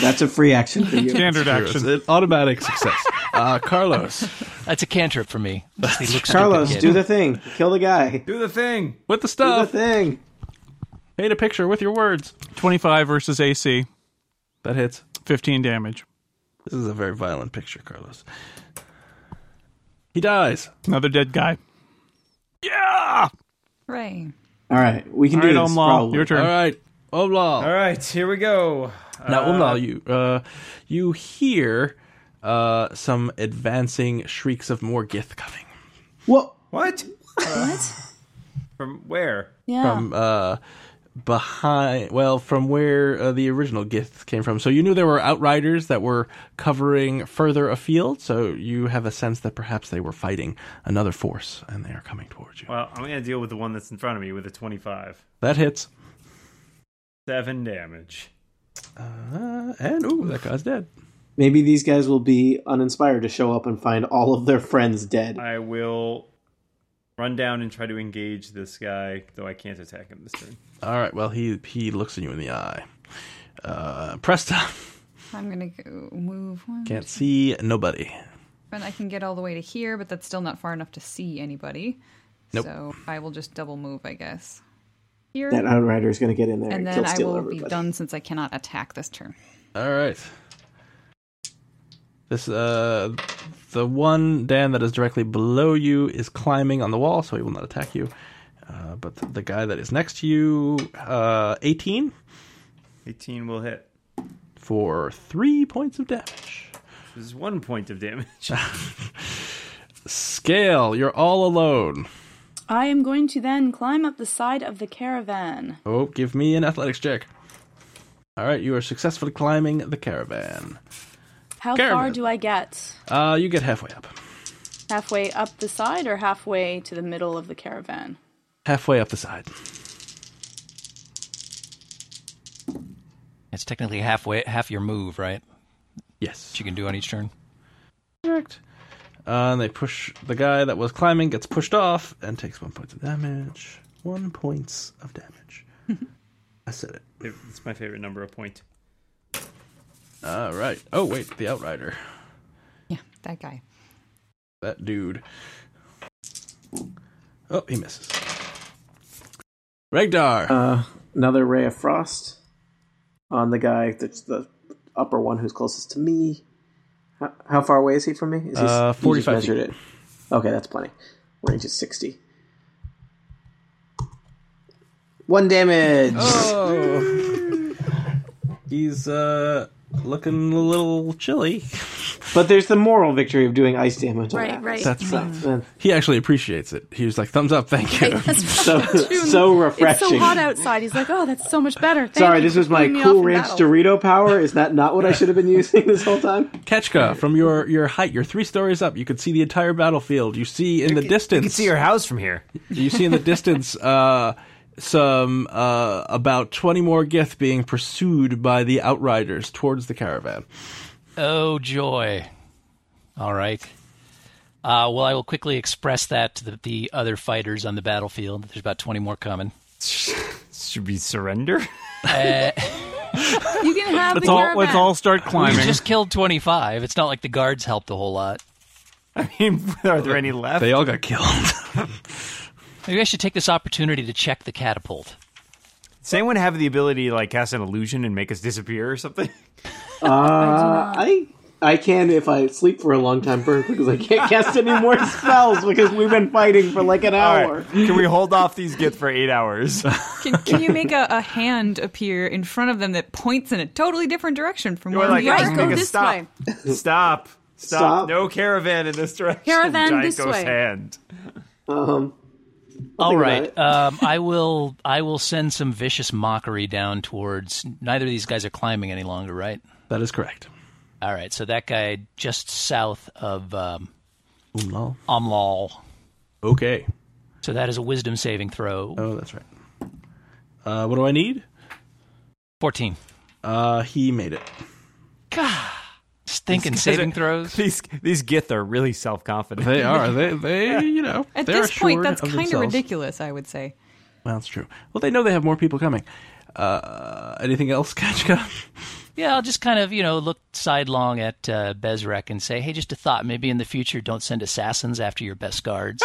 H: That's a free action
B: [LAUGHS]
H: for you.
A: Standard
B: It's
A: action.
B: an automatic success. [LAUGHS] uh, Carlos
E: That's a cantrip for me.
B: [LAUGHS]
E: Just the look stupid
H: Carlos,
E: kid.
H: do the thing. Kill the guy.
G: Do the thing.
B: with the
H: Do the
B: stuff.
H: thing.
B: Paint a picture with your words.
A: 25 versus AC,
B: That hits.
A: 15 damage.
B: This is a very violent picture, Carlos. He dies.
A: Another dead guy. Yeah!
F: Right.
H: All right, we can
A: All right,
H: do this.
A: Omlaw,
H: probably.
A: your
B: All
A: turn.
B: right, Omlal.
G: All right, here we go.
B: Now, Umlal, you uh, you hear uh, some advancing shrieks of more Gith coming
H: What?
G: What? From where?
C: Yeah.
B: from uh, behind. Well, from where uh, the original Gith came from. So you knew there were outriders that were covering further afield. So you have a sense that perhaps they were fighting another force and they are coming towards you.
G: Well, I'm gonna deal with the one that's in front of me with a 25,
B: That hits.
G: seven damage.
B: Uh, and ooh, that guy's dead.
H: Maybe these guys will be uninspired to show up and find all of their friends dead.
G: I will run down and try to engage this guy, though I can't attack him this turn.
B: All right. Well, he he looks at you in the eye. Uh, Presta [LAUGHS]
F: I'm gonna go move one.
B: can't see nobody.
F: And I can get all the way to here, but that's still not far enough to see anybody.
B: Nope.
F: So I will just double move, I guess. Here,
H: That Outrider is going to get in there
F: and
H: and,
F: then
H: kill
F: I
H: steal
F: will
H: everybody.
F: be done since I cannot attack this turn.
B: All right. This uh, the one Dan that is directly below you is climbing on the wall, so he will not attack you. Uh, but the, the guy that is next to you, uh, eighteen
G: 18 will hit.
B: for three points of damage.
G: This is one point of damage. [LAUGHS]
B: Scale, you're all alone.
C: I am going to then climb up the side of the caravan.
B: Oh, give me an athletics check. All right, you are successfully climbing the caravan.
C: How far
B: Caravan.
C: do I get?
B: Uh, you get halfway up.
C: Halfway up the side or halfway to the middle of the [LAUGHS] caravan?
B: Halfway up the side.
E: It's technically halfway, half your move, right?
B: Yes.
E: That you can do on each turn.
B: Correct. Uh, and they push the guy that was climbing gets pushed off and takes one point of damage. One points of damage. I said it.
G: it's my favorite number, a point.
B: All right. Oh wait, the outrider.
F: Yeah, that guy.
B: That dude. Oh, he misses. Regdar.
H: Uh, another ray of frost on the guy that's the upper one who's closest to me. How, how far away is he from me? Is he,
B: Uh,
H: you just
B: 45
H: measured it. Okay, that's plenty. Range is sixty. One damage.
B: oh. He's uh looking a little chilly.
H: But there's the moral victory of doing ice damage. on
C: Right,
H: that.
C: right.
B: That's
H: So, so-
B: he actually appreciates it. He was like thumbs up, thank you.
H: [LAUGHS] so, so
C: It's
H: refreshing.
C: so hot outside. He's like, oh, that's so much better. Thank
H: Sorry,
C: you
H: this
C: for
H: was my
C: putting me off
H: Cool
C: in
H: Ranch
C: battle."
H: Dorito power. Is that not what I should have been using this whole time?
B: Ketchka, from your, your height, you're three stories up. You could see the entire battlefield. You see in the distance.
D: You can see your house from here.
B: [LAUGHS] you see in the distance uh, some uh, about 20 more gith being pursued by the outriders towards the caravan
E: Oh joy! All right. Uh, well, I will quickly express that to the, the other fighters on the battlefield. There's about twenty more coming.
D: Should we surrender? [LAUGHS]
C: You can have
A: Let's
C: the
A: all,
C: caravan.
A: let's all start
B: [LAUGHS]
E: You
A: climbing.
E: just killed twenty-five. It's not like the guards helped a whole lot.
D: I mean, [LAUGHS] are there any left?
B: they all got killed
E: Maybe I should take this opportunity to check the catapult.
D: Does anyone have the ability to like cast an illusion and make us disappear or something?
H: Uh, I I can if I sleep for a long time first because I can't cast any more spells because we've been fighting for like an
D: All
H: hour.
D: right. Can we hold
C: [LAUGHS]
D: off these gith for eight hours?
F: Can, can you make a, a hand appear in front of them that points in a totally different direction from
D: We're [LAUGHS]
F: where
D: like,
F: we
D: just
F: are?
C: Right, go
D: make us
C: this
D: stop. Stop.
C: way.
D: Stop.
H: Stop.
D: No caravan in this direction.
C: Caravan
D: Giant
C: this
D: ghost
C: way.
D: hand.
H: Um,
E: All
H: about
E: right, um, I will. I will send some vicious mockery down towards. Neither of these guys are climbing any longer, right?
B: that is correct
E: All right, so that guy just south of um,
B: Ooh, lol.
E: Omlal.
B: okay
E: So that is a wisdom saving throw.
B: oh that's right uh, what do i need
E: Fourteen.
B: uh, he made it
E: Stinking
D: guys
E: saving
D: are-
E: throws.
D: These these gith are really self confident.
B: they are they [LAUGHS] they you know
F: At
B: they're
F: this point,
B: assured
F: that's
B: of
F: kind of
B: themselves.
F: ridiculous, I would say.
B: well that's true well they know they have more people coming uh, anything else [LAUGHS] Ketchka?
E: Yeah, I'll just kind of, you know, look sidelong at uh, Bezrek and say, hey, just a thought. Maybe in the future, don't send assassins after your best guards.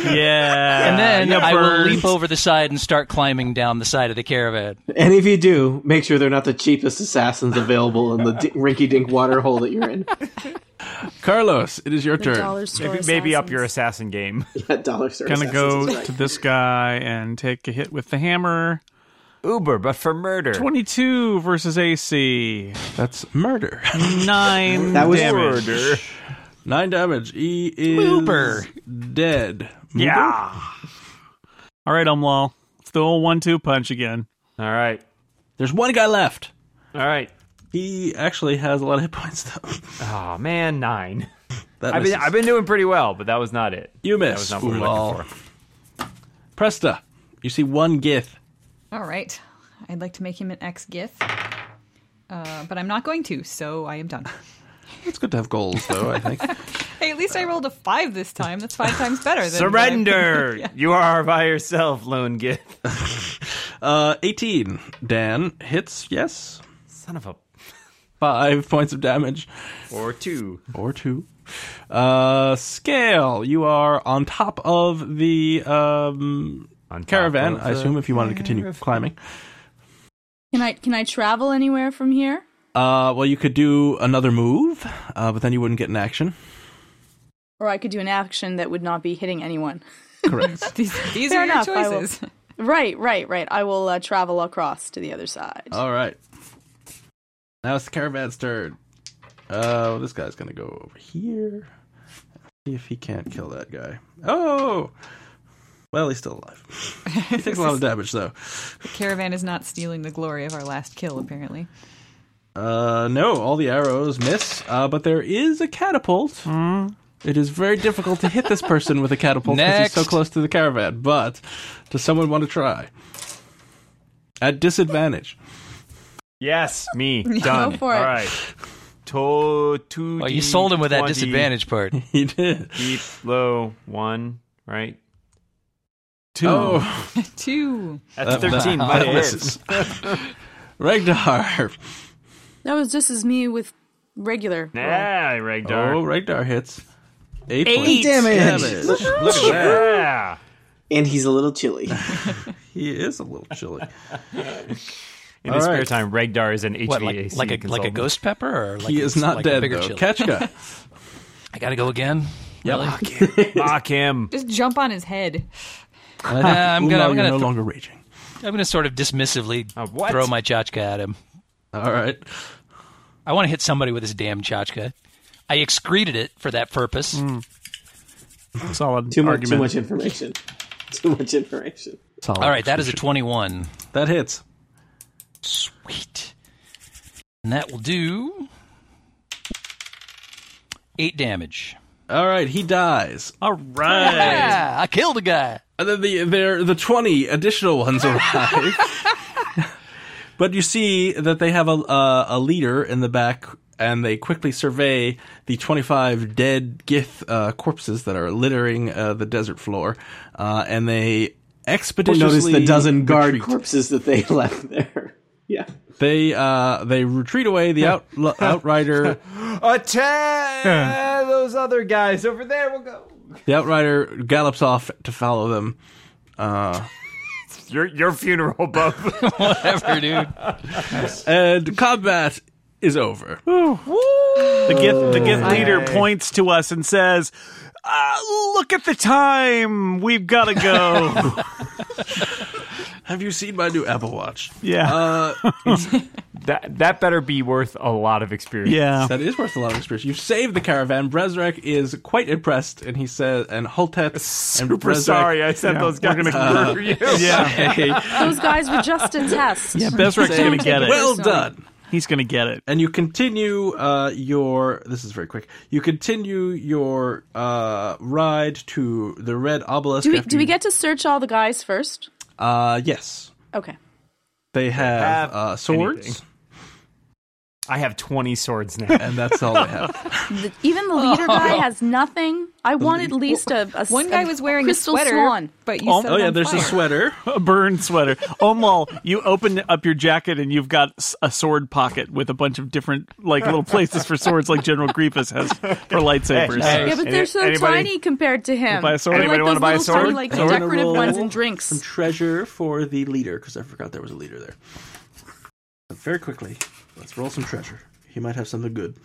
A: yeah.
E: and then
A: you
E: I will
A: birds.
E: leap over the side and start climbing down the side of the caravan.
H: and if you do, make sure they're not the cheapest assassins available in the d- rinky-dink water hole that you're in [LAUGHS]
B: carlos it is your
C: The
B: turn
C: dollar store
D: Maybe, maybe up
C: assassins.
D: your assassin game.
H: at dollar store.
A: Gonna
H: Assassins
A: go
H: is right.
A: to this guy and take a hit with the hammer.
D: Uber, but for murder.
A: 22 versus AC.
B: That's murder. [LAUGHS]
A: Nine
H: That was
A: damage.
B: Nine damage. He is
A: Uber.
B: dead.
A: Yeah. All right, Umlal. It's the old one-two punch again.
G: All right.
B: There's one guy left.
G: All right.
B: He actually has a lot of hit points though. [LAUGHS]
G: Oh man, nine.
B: That
G: I've been,
B: misses.
G: I've been doing pretty well, but that was not it.
B: you
G: That
B: miss.
G: was not what we were
B: Umal.
G: looking for.
B: Presta, you see one gith.
F: All right. I'd like to make him an X GIF, uh, but I'm not going to, so I am done. [LAUGHS]
B: It's good to have goals though. I think.
F: Hey, at least I rolled a five this time. That's five times better. Than what
C: [LAUGHS]
F: I-
D: Surrender! You are by yourself, lone gif.
B: [LAUGHS] uh, Eighteen. Dan hits. Yes.
G: Son of a
B: Five [LAUGHS] points of damage
G: or two.
B: or two. Uh, scale. You are on top of the um,
G: On top
B: caravan.
G: of
B: I
G: the-
B: assume if you wanted to continue climbing.
C: Can I can I travel anywhere from here?
B: Uh, well, you could do another move, uh, but then you wouldn't get an action.
C: Or I could do an action that would not be hitting anyone.
B: Correct.
F: [LAUGHS] These, these
C: Fair
F: are
C: enough,
F: your
C: I will-
F: choices.
C: [LAUGHS] Right, right, right. I will uh, travel across to the other side.
B: All right. Now it's the caravan's turn. Uh, this guy's gonna go over here. See if he can't kill that guy. Oh, well, he's still alive. He takes a lot of damage though.
F: The caravan is not stealing the glory of our last kill, apparently. [LAUGHS]
B: Uh, no, all the arrows miss. Uh, but there is a catapult. It is very difficult to hit this person with a catapult because he's so
D: Next.
B: close to the caravan. But does someone want to try? At disadvantage.
G: Yes, me.
C: Go
G: Done.
C: for it.
G: All right. To two.
I: Oh,
G: D
I: you sold him with that
G: 20,
I: disadvantage part.
B: [LAUGHS] he did.
G: Deep, low, one. Right.
A: Two.
B: Oh.
F: Two.
I: [LAUGHS]
G: That's [LAUGHS] thirteen.
B: That,
G: but
B: that [LAUGHS] misses. Regdar.
C: That was just as me with regular.
G: Yeah,
B: Oh,
G: Ragdar.
B: Regdar hits. Eight,
H: Eight
B: points.
H: damage.
B: Look, look at that.
G: Yeah.
H: And he's a little chilly.
B: He is a little chilly.
G: In his
B: All
G: spare
B: right.
G: time, Ragdar is an HVAC
I: What, like, like a like a
G: consultant.
I: ghost pepper, or like
B: He
I: a-
B: is not
I: like a
B: dead
I: bigger
B: though.
I: chili?
B: Ketchka.
I: I gotta go again. Really? [LAUGHS]
G: Mock him.
F: Just jump on his head.
I: I'm gonna- I'm
B: you're
I: gonna
B: no
I: th-
B: longer raging.
I: I'm gonna sort of dismissively
G: Uh, what?
I: throw my chachka at him.
B: All right.
I: I want to hit somebody with this damn chachka. I excreted it for that purpose.
A: Solid
H: Too much,
A: argument.
H: too much information. Too much information.
B: Solid.
I: All right, that is a 21.
B: That hits.
I: Sweet. And that will do eight damage.
B: All right. He dies.
A: All right.
I: Yeah, I killed a guy. [LAUGHS]
B: And then the there the twenty additional
H: [LAUGHS]
B: ones arrive. but you see that they have a uh, a leader in the back, and they quickly survey the twenty five dead Gith uh, corpses that are littering uh, the desert floor, uh, and they
H: Well,
B: expeditiously
H: notice the dozen guard
B: retreat.
H: corpses that they [LAUGHS] left there. Yeah.
B: They uh, they retreat away. The
H: [LAUGHS]
B: out, outrider
G: [LAUGHS]
D: Attack those other guys over there. We'll go.
B: the outrider gallops off to follow them.
G: Your your funeral, Bub.
I: Whatever, dude.
B: And combat is over.
A: The gift, the gift leader points to us and says, uh, "Look at the time. We've got to go."
B: Have you seen my new Apple Watch?
A: yeah,
B: Uh,
G: That that better be worth a lot of experience. [LAUGHS]
A: yeah.
B: [LAUGHS] That is worth a lot of experience. You've saved the caravan. Brezrek is quite impressed, and he says, and Holtet and
G: Super
B: Brezrek,
G: sorry I sent those guys [LAUGHS] for you.
A: Yeah,
G: [LAUGHS]
C: Those guys were just a test. Yeah,
A: Bezrek's gonna get it.
B: Well
C: Personally.
B: done.
A: He's gonna get it.
B: And you continue uh, your. This is very quick. You continue your uh, ride to the Red Obelisk.
C: do we
B: after
C: do we
B: you-
C: get to search all the guys first?
B: Uh, yes,
C: Okay.
B: they have,
G: have
B: uh, swords,
G: anything. [LAUGHS] I have twenty swords
I: [LAUGHS]
G: now.
B: and that's all they
G: [LAUGHS]
B: have.
C: The- even the leader
G: Oh.
C: guy has nothing. I want at least a, a
F: One guy was wearing a
C: crystal
F: sweater,
C: swan.
F: but you
A: Oh,
F: set
B: oh
F: it
B: yeah,
F: on
B: there's a
F: fire.
B: sweater.
A: A burn sweater. Omal, you open up your jacket and you've got s- a sword pocket with a bunch of different like little places for swords, like General Grievous has for lightsabers.
G: Hey,
C: Yeah, but they're so
G: Anybody-
C: tiny compared to him.
A: buy a sword?
C: They're
A: Anybody
C: like
G: wanna
C: those
G: buy a
C: little
G: sword?
C: tiny, like
B: So we're gonna
C: decorative
B: roll
C: ones and
B: Some
C: drinks.
B: treasure for the leader, because I forgot there was a leader there. Very quickly, let's roll some treasure. He might have something good.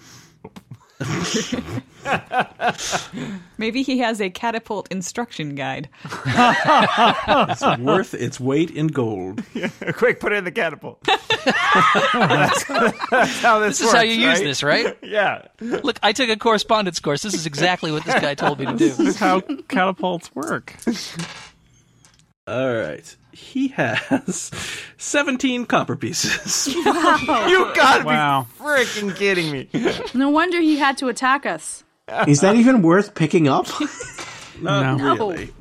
F: Maybe he has a catapult instruction guide.
B: It's [LAUGHS] worth its weight in gold.
D: Quick, put it in
I: [LAUGHS]
D: the catapult. that's,
G: [LAUGHS]
D: that's how this,
I: This is how you use this, right?
D: Yeah.
I: Look, I took a correspondence course. This is exactly what this guy told me to do.
A: That's how catapults work.
B: All right. He has 17 copper pieces. [LAUGHS]
D: You gotta
A: [LAUGHS] Wow.
D: be freaking kidding me.
C: No wonder he had to attack us.
H: Is that even worth picking up?
B: Not
A: No.
B: really.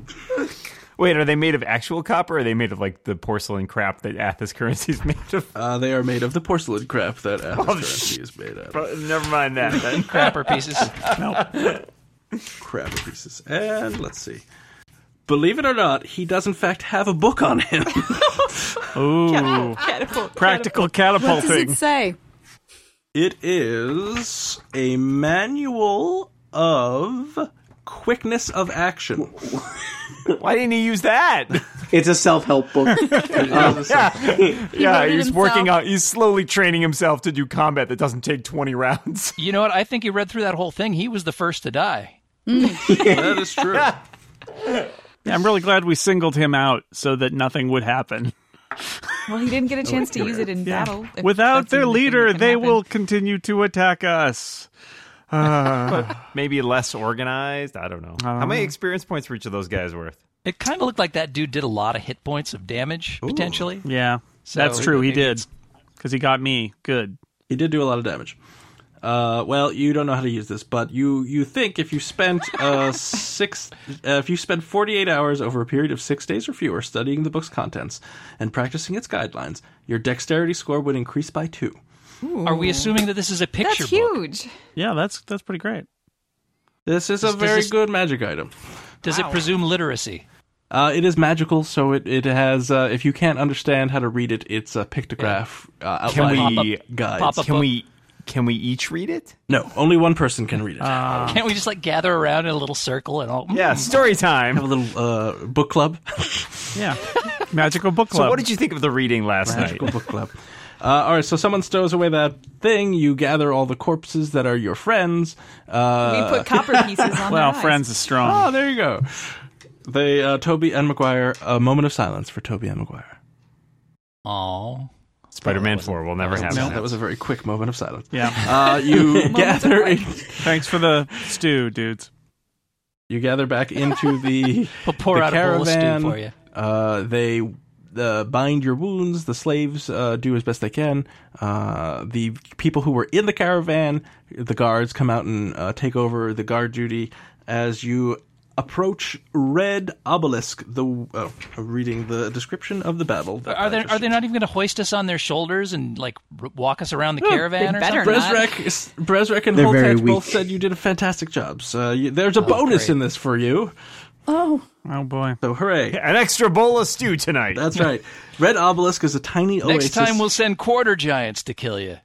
D: Wait, are they made of actual copper or are they made of like the porcelain crap that Athos currency is made of?
B: Uh, they are made of the porcelain crap that Athos currency is made of.
D: But never mind that.
G: [LAUGHS]
D: then.
I: Crapper pieces.
B: Crap pieces. And let's see. Believe it or not, he does in fact have a book on him. [LAUGHS]
A: Ooh.
F: Catapult.
A: Practical
C: What does it
A: catapulting.
C: say?
B: It is a manual of quickness of action.
D: Why didn't he use that?
H: it's a self help book.
D: yeah,
C: wrote it
D: he's working
C: himself.
D: on. Uh, He's slowly training himself to do combat that doesn't take twenty rounds.
I: You know what? I think he read through that whole thing. He was the first to die.
B: that is true.
A: Yeah, I'm really glad we singled him out so that nothing would happen.
F: Well, he didn't get a chance to use it in battle. if
A: Without
F: that's
A: their
F: even a thing
A: leader,
F: that can
A: they
F: happen.
A: will continue to attack us.
G: Maybe less organized. I don't know. How many experience points were each of those guys worth?
I: It kind of looked like that dude did a lot of hit points of damage, potentially.
A: Yeah,
I: So-
A: that's true. He did because he got me. Good.
B: He did do a lot of damage. Uh, well, you don't know how to use this, but you you think if you spent uh, [LAUGHS] six, uh, if you spend forty eight hours over a period of six days or fewer studying the book's contents and practicing its guidelines, your dexterity score would increase by two.
I: Are we assuming that this is a picture book?
F: That's huge.
A: Yeah, that's that's pretty great.
B: This is a
I: Does- does
B: very
I: this-
B: good magic item.
I: Does it presume literacy?
B: Uh, it is magical, so it it has. Uh, if you can't understand how to read it, it's a pictograph uh, outline
D: Can we-
B: guides.
I: pop up
D: Can
I: book?
D: we? Can we each read it?
B: No, only one person can read it.
I: Can't we just like gather around in a little circle and all?
D: Yeah, story
B: a
D: time.
B: little uh, book club. [LAUGHS]
A: Yeah, magical book club.
D: So, what did you think of the reading last night?
B: Magical book club. Uh, all right, so someone stows away that thing. You gather all the corpses that are your friends. Uh,
F: we put copper pieces on
A: [LAUGHS] well,
F: their eyes.
A: friends is strong.
B: oh, there you go. They, uh, Toby and McGuire. A moment of silence for Toby and McGuire.
I: Oh,
G: Spider-Man Four will never happen.
B: That was a very quick moment of silence.
A: Yeah,
B: Uh, you gather. in-
A: thanks for the stew, dudes.
B: you gather back into the, [LAUGHS]
I: We'll pour
B: the
I: out a bowl of stew
B: caravan.
I: for you.
B: Uh, they uh, bind your wounds. The slaves uh, do as best they can. Uh, the people who were in the caravan, the guards come out and uh, take over the guard duty as you approach Red Obelisk. The oh, I'm reading the description of the battle. that
I: Are
B: I
I: they
B: just-
I: are they not even going to hoist us on their shoulders and like r- walk us around the caravan or
B: [LAUGHS]
F: better
I: something?
F: not.
B: Brezrek, Brezrek and
H: They're very
B: Holtet both
H: weak.
B: said you did a fantastic job. So you, there's a bonus
I: great.
B: in this for you.
C: Oh,
A: Oh boy.
B: So hooray!
G: An extra bowl of stew tonight.
B: That's right. Red Obelisk is a tiny oasis.
I: Next time we'll send quarter giants to kill you.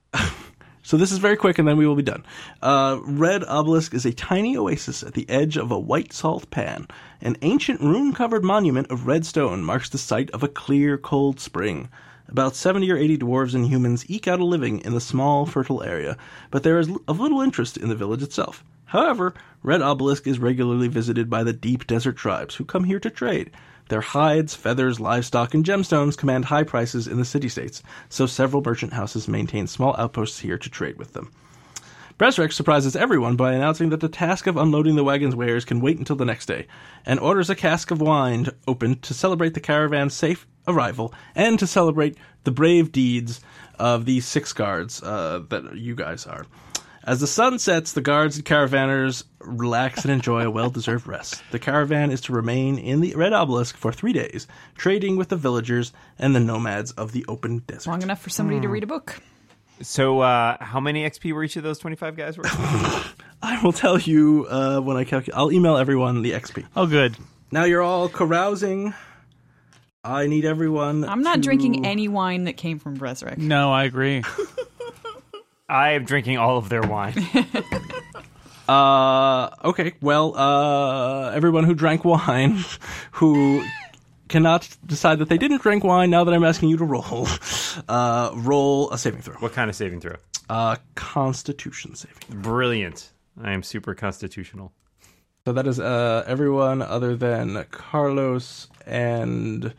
B: So this is very quick, and then we will be done. Uh, Red Obelisk is a tiny oasis at the edge of a white salt pan. An ancient rune-covered monument of red stone marks the site of a clear, cold spring. About 70 or 80 dwarves and humans eke out a living in the small, fertile area, but there is l- of little interest in the village itself. However, Red Obelisk is regularly visited by the deep desert tribes who come here to trade. Their hides, feathers, livestock, and gemstones command high prices in the city states, so several merchant houses maintain small outposts here to trade with them. Bresrek surprises everyone by announcing that the task of unloading the wagon's wares can wait until the next day, and orders a cask of wine opened to celebrate the caravan's safe arrival and to celebrate the brave deeds of these six guards uh, that you guys are. As the sun sets, the guards and caravanners relax and enjoy a well deserved rest. The caravan is to remain in the Red Obelisk for three days, trading with the villagers and the nomads of the open desert.
F: Long enough for somebody
A: hmm.
F: to read a book.
G: So, uh, how many XP were each of those twenty-five guys worth?
B: [LAUGHS] I will tell you uh, when I calculate. I'll email everyone the XP.
A: Oh, good.
B: Now you're all carousing. I need everyone.
F: I'm not
B: to-
F: drinking any wine that came from Brezrek.
A: No, I agree.
G: I am drinking all of
B: [LAUGHS]
G: their wine.
B: Uh, okay. Well, uh, everyone who drank wine, [LAUGHS] who cannot decide that they didn't drink wine. Now that I'm asking you to roll, [LAUGHS] uh, roll a saving throw.
G: what kind of saving throw?
B: Uh, Constitution saving.
G: Brilliant. I am super constitutional.
B: So that is uh, everyone other than Carlos and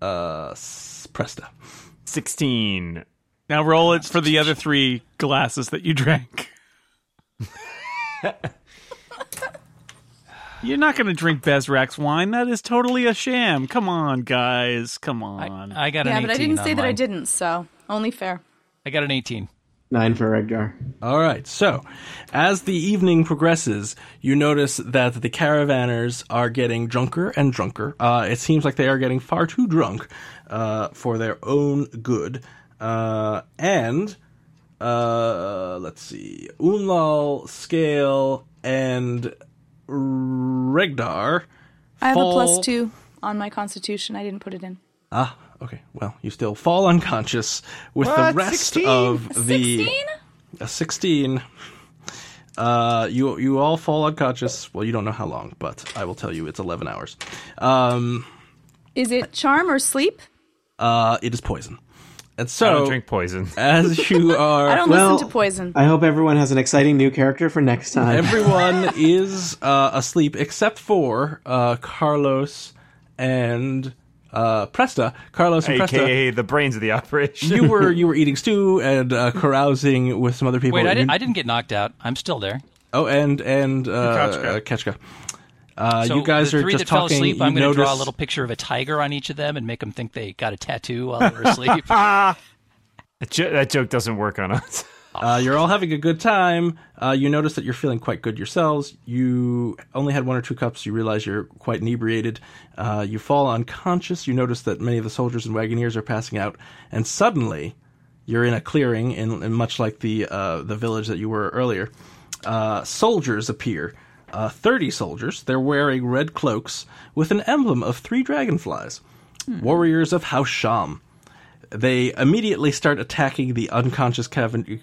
B: uh, S- Presta.
G: 16.
A: Now roll it for the other three glasses that you drank. You're not going to drink Bezrak's wine. That is totally a sham. Come on, guys. Come on.
E: I got
C: Yeah,
E: an 18.
C: but I didn't
E: on
C: say that I
E: mine.
C: didn't, so only fair.
E: I got an 18.
H: Nine for Regdar.
B: All right. So, as the evening progresses, you notice that the caravanners are getting drunker and drunker. Uh, it seems like they are getting far too drunk uh, for their own good. Uh, and uh, let's see, Umlal, Scale, and Regdar.
C: I have a
B: fall-
C: plus two on my constitution. I didn't put it in.
B: Ah, okay. Well, you still fall unconscious with the rest of the a 16. Uh, you you all fall unconscious. Well, you don't know how long, but I will tell you it's 11 hours. Um,
C: Is it charm or sleep?
B: uh, it is poison. And
G: I don't
B: so
G: drink poison.
E: [LAUGHS]
B: as you
C: I
B: are
C: don't
H: Well,
C: listen to poison.
H: I hope everyone has an exciting new character for next time.
B: everyone is uh, asleep except for uh, Carlos and uh, Presta. Carlos and Presta.
G: AKA the brains of the operation.
B: You were you were eating stew and uh, carousing with some other people.
E: Wait, I,
B: and you-
E: did, I didn't get knocked out. I'm still there.
B: Oh, and and uh,
A: Ketchka.
B: Ketchka. Uh,
E: So
B: you guys
E: the
B: are
E: three
B: just
E: that
B: talking.
E: fell asleep,
B: you
E: I'm gonna
B: notice,
E: draw a little picture of a tiger on each of them and make them think they got a tattoo while
B: [LAUGHS]
E: they were asleep.
G: That jo- that joke doesn't work on us.
B: Uh, you're all having a good time. Uh, you notice that you're feeling quite good yourselves. You only had one or two cups. You realize you're quite inebriated. Uh, you fall unconscious. You notice that many of the soldiers and wagoneers are passing out, and suddenly you're in a clearing, in, in much like the uh, the village that you were earlier. Uh, soldiers appear. Uh, Thirty soldiers. They're wearing red cloaks with an emblem of three dragonflies. Warriors of House Sham they immediately start attacking the unconscious caravan-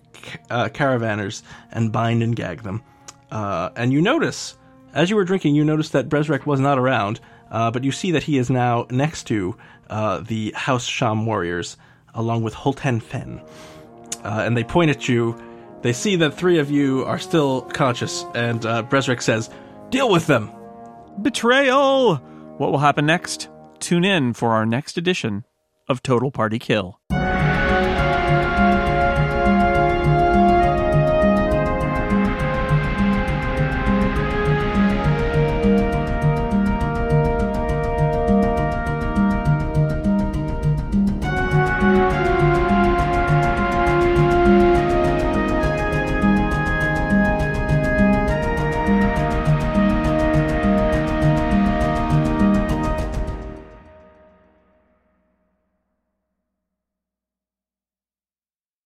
B: uh, caravanners and bind and gag them. Uh, and you notice, as you were drinking, you noticed that Brezrek was not around, uh, but you see that he is now next to uh, the House Sham warriors, along with Holten Fen. Uh, and they point at you. They see that three of you are still conscious, and uh, Brezrek says, Deal with them!
A: Betrayal! What will happen next? Tune in for our next edition of Total Party Kill.